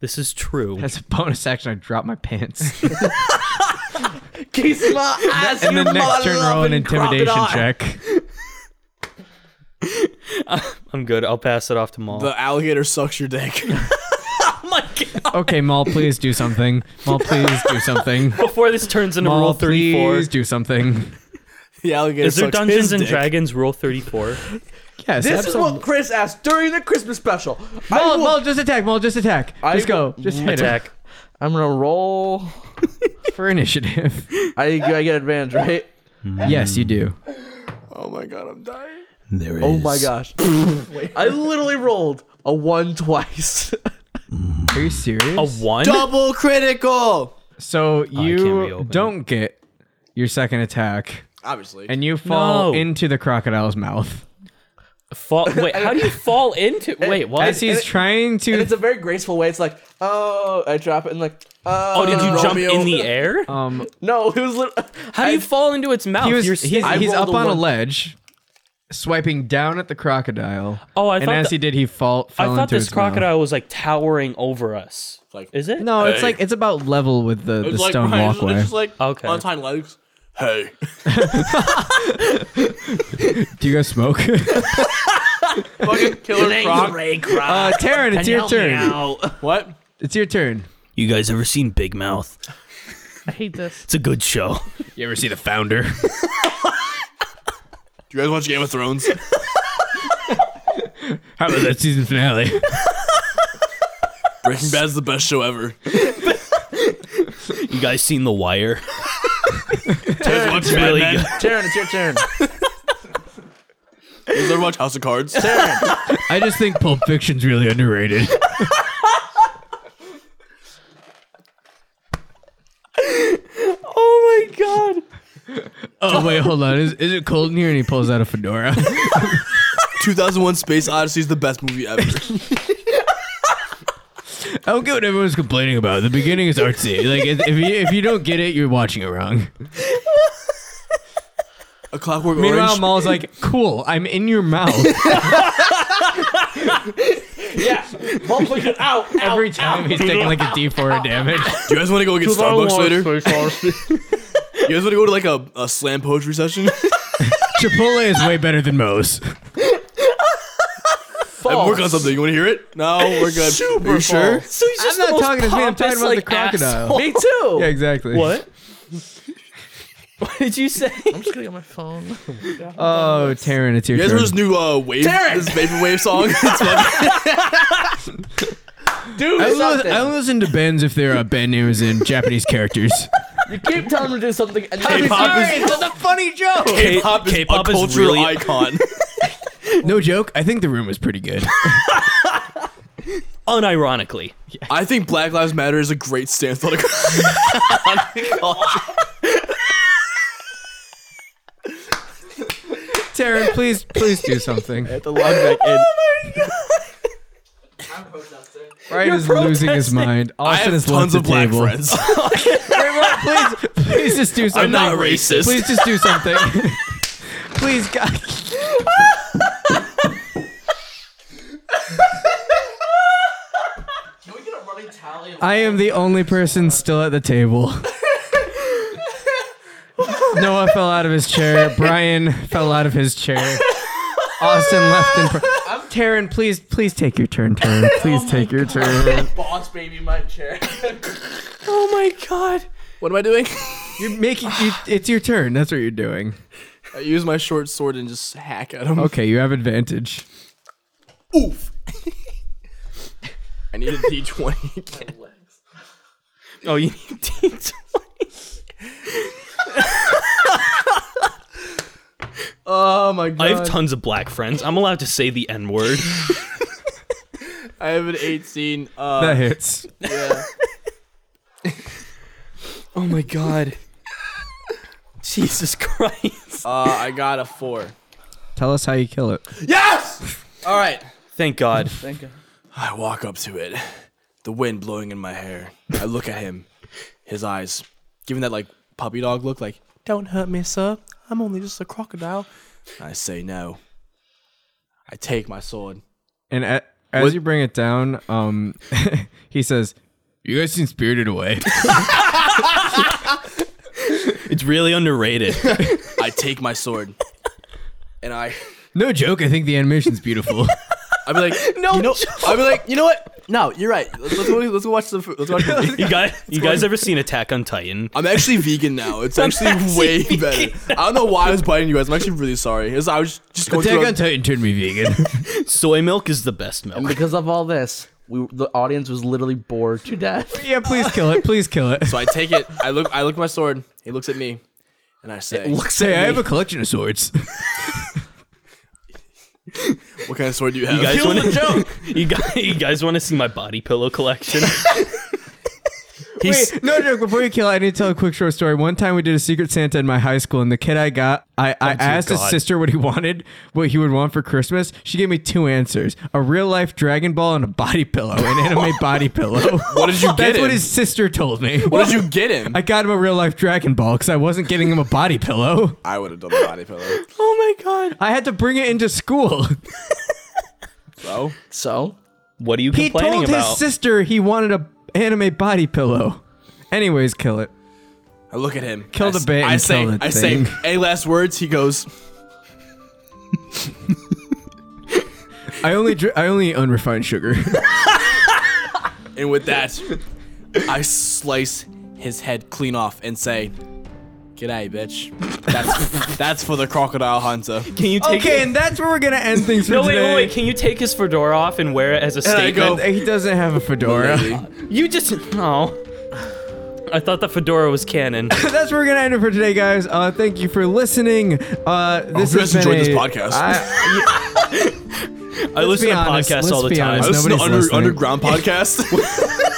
C: this is true.
B: As a bonus action, I drop my pants.
G: Kiss my ass,
B: and
G: you
B: then next turn, roll an
G: mother-loving
B: intimidation
G: crocodile.
B: check.
C: I'm good. I'll pass it off to Maul.
D: The alligator sucks your dick.
B: Okay, Maul, please do something. Maul, please do something.
C: Before this turns into
B: Maul,
C: Rule 34.
B: please do something.
D: the alligator
C: Is there
D: sucks his
C: Dungeons and
D: dick.
C: Dragons Rule 34?
B: Yes,
G: This is
B: absolutely.
G: what Chris asked during the Christmas special. I
B: Maul,
G: will-
B: Maul, just attack. Maul, just attack.
G: I
B: just go.
G: will
B: Just hit
C: Attack.
G: I'm gonna roll.
B: it for initiative.
G: I, I get advantage, right?
B: yes, you do.
D: Oh my god, I'm dying.
A: There is.
G: Oh my gosh! I literally rolled a one twice.
B: Are you serious?
C: A one?
D: Double critical.
G: Oh,
B: So
C: can't
B: you
C: reopen
B: don't get your second attack,
D: Obviously.
B: and you fall
C: No.
B: into the crocodile's mouth
C: Fall, wait, how do you fall into? Wait, what?
B: as he's trying
G: and it's
B: to.
G: a very graceful way. It's like, oh, I drop it and like, oh,
C: oh, did you jump
D: Romeo.
C: in the air?
B: Um,
G: no, it was lit-
C: How do you fall into its mouth?
B: he was
C: You're
B: he's,
C: sta-
B: he's
G: rolled
B: up
G: a
B: on a
G: one.
B: ledge, swiping down at the crocodile.
C: Oh, I
B: and
C: thought
B: as
C: the-
B: he did, he fall.
C: I
B: fell
C: thought
B: into
C: this
B: its mouth.
C: crocodile was like towering over us.
D: Like-
C: is it?
B: No, it's like it's about level with the, the
D: It's like
B: stone
D: Ryan, it's-
B: walkway.
D: It's just like
C: Okay.
D: on its hind legs. Hey.
B: Do you guys smoke? uh,
D: Fucking killer croc.
B: Taryn, it's your turn.
D: What?
B: It's your turn.
I: You guys ever seen Big Mouth?
E: I hate this.
I: It's a good show.
B: You ever see the founder?
D: Do you guys watch Game of Thrones?
B: How about that season finale?
D: Breaking Bad's the best show ever. You
I: You guys seen The Wire?
D: guys watch Mad
I: really
D: Men?
I: good.
G: Taryn, it's your turn.
D: You guys ever watch House of Cards?
B: I just think Pulp Fiction's really underrated.
C: Oh my god!
B: Oh wait, hold on. Is, is it cold in here? And he pulls out a fedora.
D: 2001 Space Odyssey is the best movie ever.
B: I don't get what everyone's complaining about. The beginning is artsy. Like if if you, if you don't get it, you're watching it wrong.
D: A Clockwork
B: Meanwhile,
D: Orange.
B: Maul's like, "Cool, I'm in your mouth."
G: yeah, multiply it out.
B: Every time he's taking like a D4 damage.
D: Do you guys want to go get Starbucks later? you guys want to go to like a, a slam poetry session?
B: Chipotle is way better than Moe's.
D: I work on something. You want to hear it? No, we're good. Are you sure?
G: So he's
B: I'm not talking to me. I'm talking about the crocodile.
G: me too.
B: Yeah, exactly.
C: What? what did you say?
E: I'm just gonna get my phone.
B: Oh, Taryn, it's your
D: You guys
B: turn.
D: remember this new uh, wave, this vaporwave song? It's fucking-
G: Do
B: I, li-
G: something.
B: I listen to bands if they're uh, band names and Japanese characters.
G: you keep telling him to do something. And then he's
D: K-pop is,
B: That's a funny joke.
D: K-pop is
I: K-pop
D: a
I: is
D: cultural
I: really-
D: icon.
B: No joke. I think the room was pretty good.
C: Unironically.
D: I think Black Lives Matter is a great stance on a
B: Taryn, please, please do something.
G: the log back
B: Oh
G: in.
B: Ryan is losing his mind.
D: I
B: Austin
D: have
B: is left
D: tons of
B: the
D: black
B: table.
D: friends.
B: Please, please just do something.
D: not racist.
B: Please just do something. please, God. I am the only person still at the table. Noah fell out of his chair. Brian fell out of his chair. Austin left in front. Taryn, please, please take your turn, Taryn. Please take your turn.
G: Boss baby, in my chair.
C: Oh my god!
D: what am I doing?
B: You're making you, it's your turn. That's what you're doing.
D: I use my short sword and just hack at him.
B: Okay, you have advantage.
D: Oof. I need a d20.
C: Oh, you need
D: Oh my
I: I
D: god.
I: have tons of black friends. I'm allowed to say the N word.
D: I have an 18. Uh,
B: That hits.
D: Yeah.
C: Oh my god. Jesus Christ.
D: Uh, I got a 4.
B: Tell us how you kill it.
D: Yes! All right.
C: Thank God.
D: I walk up to it, the wind blowing in my hair. I look at him, his eyes, giving that like puppy dog look, like, Don't hurt me, sir. I'm only just a crocodile. I say no. I take my sword.
B: And a as you bring it down, um, he says, "You guys seem spirited away."
I: It's really underrated.
D: I take my sword. And I,
B: no joke. I think the animation's beautiful.
D: I'd be like, no, you know, I'd be like, you know what? No, you're right. Let's, let's, go, let's go watch the. Let's watch the
I: You guys, you guys ever seen Attack on Titan?
D: I'm actually vegan now. It's actually way better. I don't know why I was biting you guys. I'm actually really sorry. It was- I was just going through.
B: Titan turned me vegan.
I: Soy milk is the best milk.
G: Because of all this, we the audience was literally bored to death.
B: yeah, please kill it. Please kill it.
D: so I take it. I look. I look at my sword. He looks at me, and I say,
B: Say, I have a collection of swords.
D: "What kind of sword do you have?"
I: You guys
D: Kill
I: want
D: the joke.
I: to? You guys, you guys want to see my body pillow collection? He's,
B: Wait, no joke. Before you kill, I need to tell a quick short story. One time we did a Secret Santa in my high school, and the kid I got, I, I asked his
I: God.
B: sister what he wanted, what he would want for Christmas. She gave me two answers: a real life Dragon Ball and a body pillow, an anime body pillow. What
D: did you get
B: That's
D: him?
B: what his sister told me.
D: What did you get him?
B: I got him a real life Dragon Ball because I wasn't getting him a body pillow.
D: I would have done the body pillow.
C: Oh my god.
B: I had to bring it into school.
D: So
G: So
I: what are you
B: He
I: complaining
B: told
I: about?
B: his sister he wanted a anime body pillow. Anyways, kill it.
D: I look at him.
B: Kill
D: I
B: the
D: s-
B: bait
D: I
B: and
D: say.
B: kill the
D: I say
B: thing.
D: any last words. He goes.
B: I only dr- I only eat unrefined sugar.
D: And with that, I slice his head clean off and say, "G'day, bitch." That's that's for the crocodile hunter.
C: Can you take
B: okay, and that's where we're gonna end things for
C: No, wait,
B: today.
C: wait, wait. Can you take his fedora off and wear it as a
D: I
C: statement?
D: go-
B: And He doesn't have a fedora.
C: You just no. I thought the fedora was canon.
B: That's where we're gonna end it for today, guys. Uh, thank you for listening. Uh, this
D: you
B: has
D: guys
B: been
D: enjoyed
B: a-
D: this podcast.
B: I,
I: I listen
B: be
I: to
B: honest,
I: podcasts
B: let's
I: all the
B: be
I: time.
B: honest.
D: This is an
B: Nobody's
D: under,
B: listening.
D: underground podcast.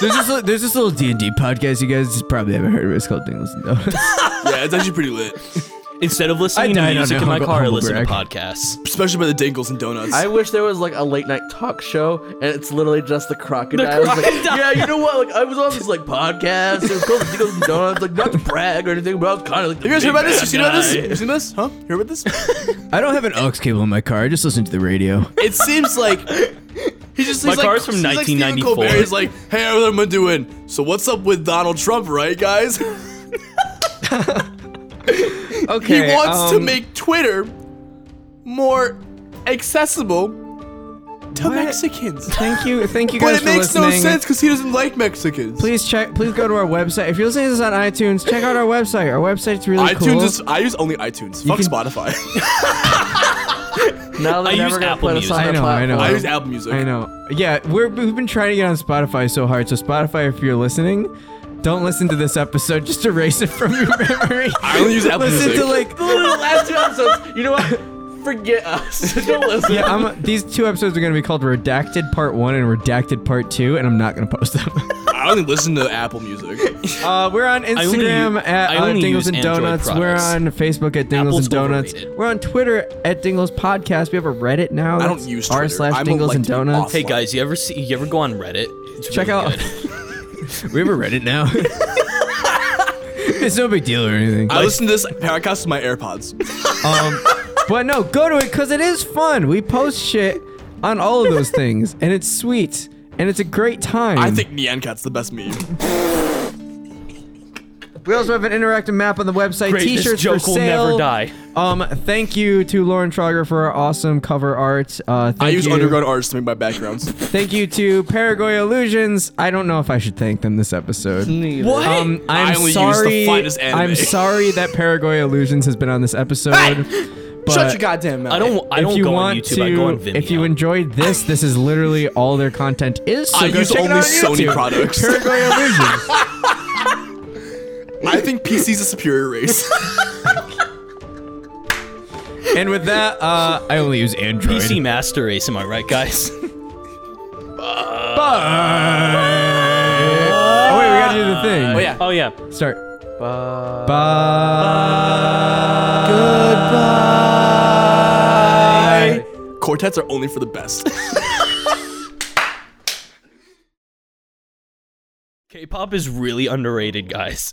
B: there's this li- there's this little D and D podcast you guys probably haven't heard of. It's called Dingles and Donuts.
D: yeah, it's actually pretty lit,
I: Instead of listening
B: I
I: to
B: don't
I: music
B: know.
I: in my
B: Humble-
I: car, I
B: humble
I: listen to
B: brag.
I: podcasts.
D: especially by the Dingles and Donuts.
G: I wish there was like a late night talk show, and it's literally just the crocodiles. like, yeah, you know what? Like I was on this like podcast. It was called the Diggles and Donuts. Like not to brag or anything, but I was kind of like.
D: You guys heard about this? You seen about this? You seen this? Huh? Hear about this?
B: I don't have an aux cable in my car. I just listen to the radio.
D: It seems like he just.
I: My
D: he's like,
I: car's from
D: he's like Stephen
I: 1994.
D: Colbert. He's like, hey, how am I doing? So what's up with Donald Trump, right, guys? He
B: Okay.
D: wants to
B: um,
D: make Twitter more accessible to Mexicans,
B: Thank you, thank you
D: but
B: guys
D: it
B: for
D: makes no
B: listening.
D: sense because he doesn't like Mexicans.
B: Please check. Please go to our website. If you're listening to this on iTunes, check out our website. Our website's really
D: iTunes
B: cool.
D: is. I use only iTunes. Fuck
B: can-
D: Spotify.
G: Now they're
I: I
G: never
I: use
G: gonna
I: Apple
G: put us
I: Music.
G: on
B: I
G: their
B: know, I know.
G: platform.
D: I use Apple Music.
B: I know. Yeah, we're, we've been trying to get on Spotify so hard. So Spotify, if you're listening, don't listen to this episode. Just erase it from your memory.
D: I only use Apple
B: listen
D: Music.
B: to like.
G: The last two episodes. You know what? Forget us. Don't listen.
B: Yeah, I'm, these two episodes are going to be called Redacted Part 1 and Redacted Part 2, and I'm not going to post them.
D: I only listen to Apple Music.
B: Uh, we're on
I: only
B: Instagram
I: use-
B: at
I: I
B: uh,
I: only
B: Dingles
I: use
B: and
I: Android
B: Donuts. We're
I: products.
B: on Facebook at Dingles
I: Apple's
B: and Donuts.
I: overrated.
B: We're on Twitter at Dingles Podcast. We have a Reddit now.
D: I don't
B: That's
D: use
B: r
D: Twitter.
B: slash
D: I'm
B: Dingles and
D: elected off.
B: Donuts.
I: Hey guys, you ever see? You ever go on Reddit? It's
B: Check
I: really
B: out.
I: good.
B: we have a Reddit now. it's no big deal or anything.
D: I listen to this podcast with my AirPods.
B: Um, but no, go to it because it is fun. We post shit on all of those things, and it's sweet, and it's a great time.
D: I think Nyan Cat's the best meme.
B: we also have an interactive map on the website.
C: Great, this
B: T-shirts
C: joke
B: for
C: will
B: sale.
C: never die.
B: Um, thank you to Lauren Trogger for our awesome cover art. Uh, thank
D: I use
B: you.
D: underground artists to make my backgrounds.
B: Thank you to Paraguay Illusions. I don't know if I should thank them this episode.
G: What?
B: Um, I'm
D: I only use the
B: sorry.
D: finest anime.
B: I'm sorry that Paraguay Illusions has been on this episode. But
D: goddamn mouth.
I: I don't. I
B: if
I: don't
B: you
I: go on
B: want
I: YouTube.
B: to,
I: I go on Vimeo.
B: if you enjoyed this, this is literally all their content is. So
D: I
B: go
D: use
B: check it
D: only
B: out on
D: Sony
B: YouTube.
D: products.
B: Paraguay Illusions.
D: I think PC's a superior race.
B: and with that, uh, I only use Android.
C: PC Master Race, am I right, guys?
B: Oh wait, we gotta do the thing.
D: Oh yeah.
J: Oh yeah.
B: Start. Bye. Bye. Goodbye.
D: Quartets are only for the best.
C: K-pop is really underrated, guys.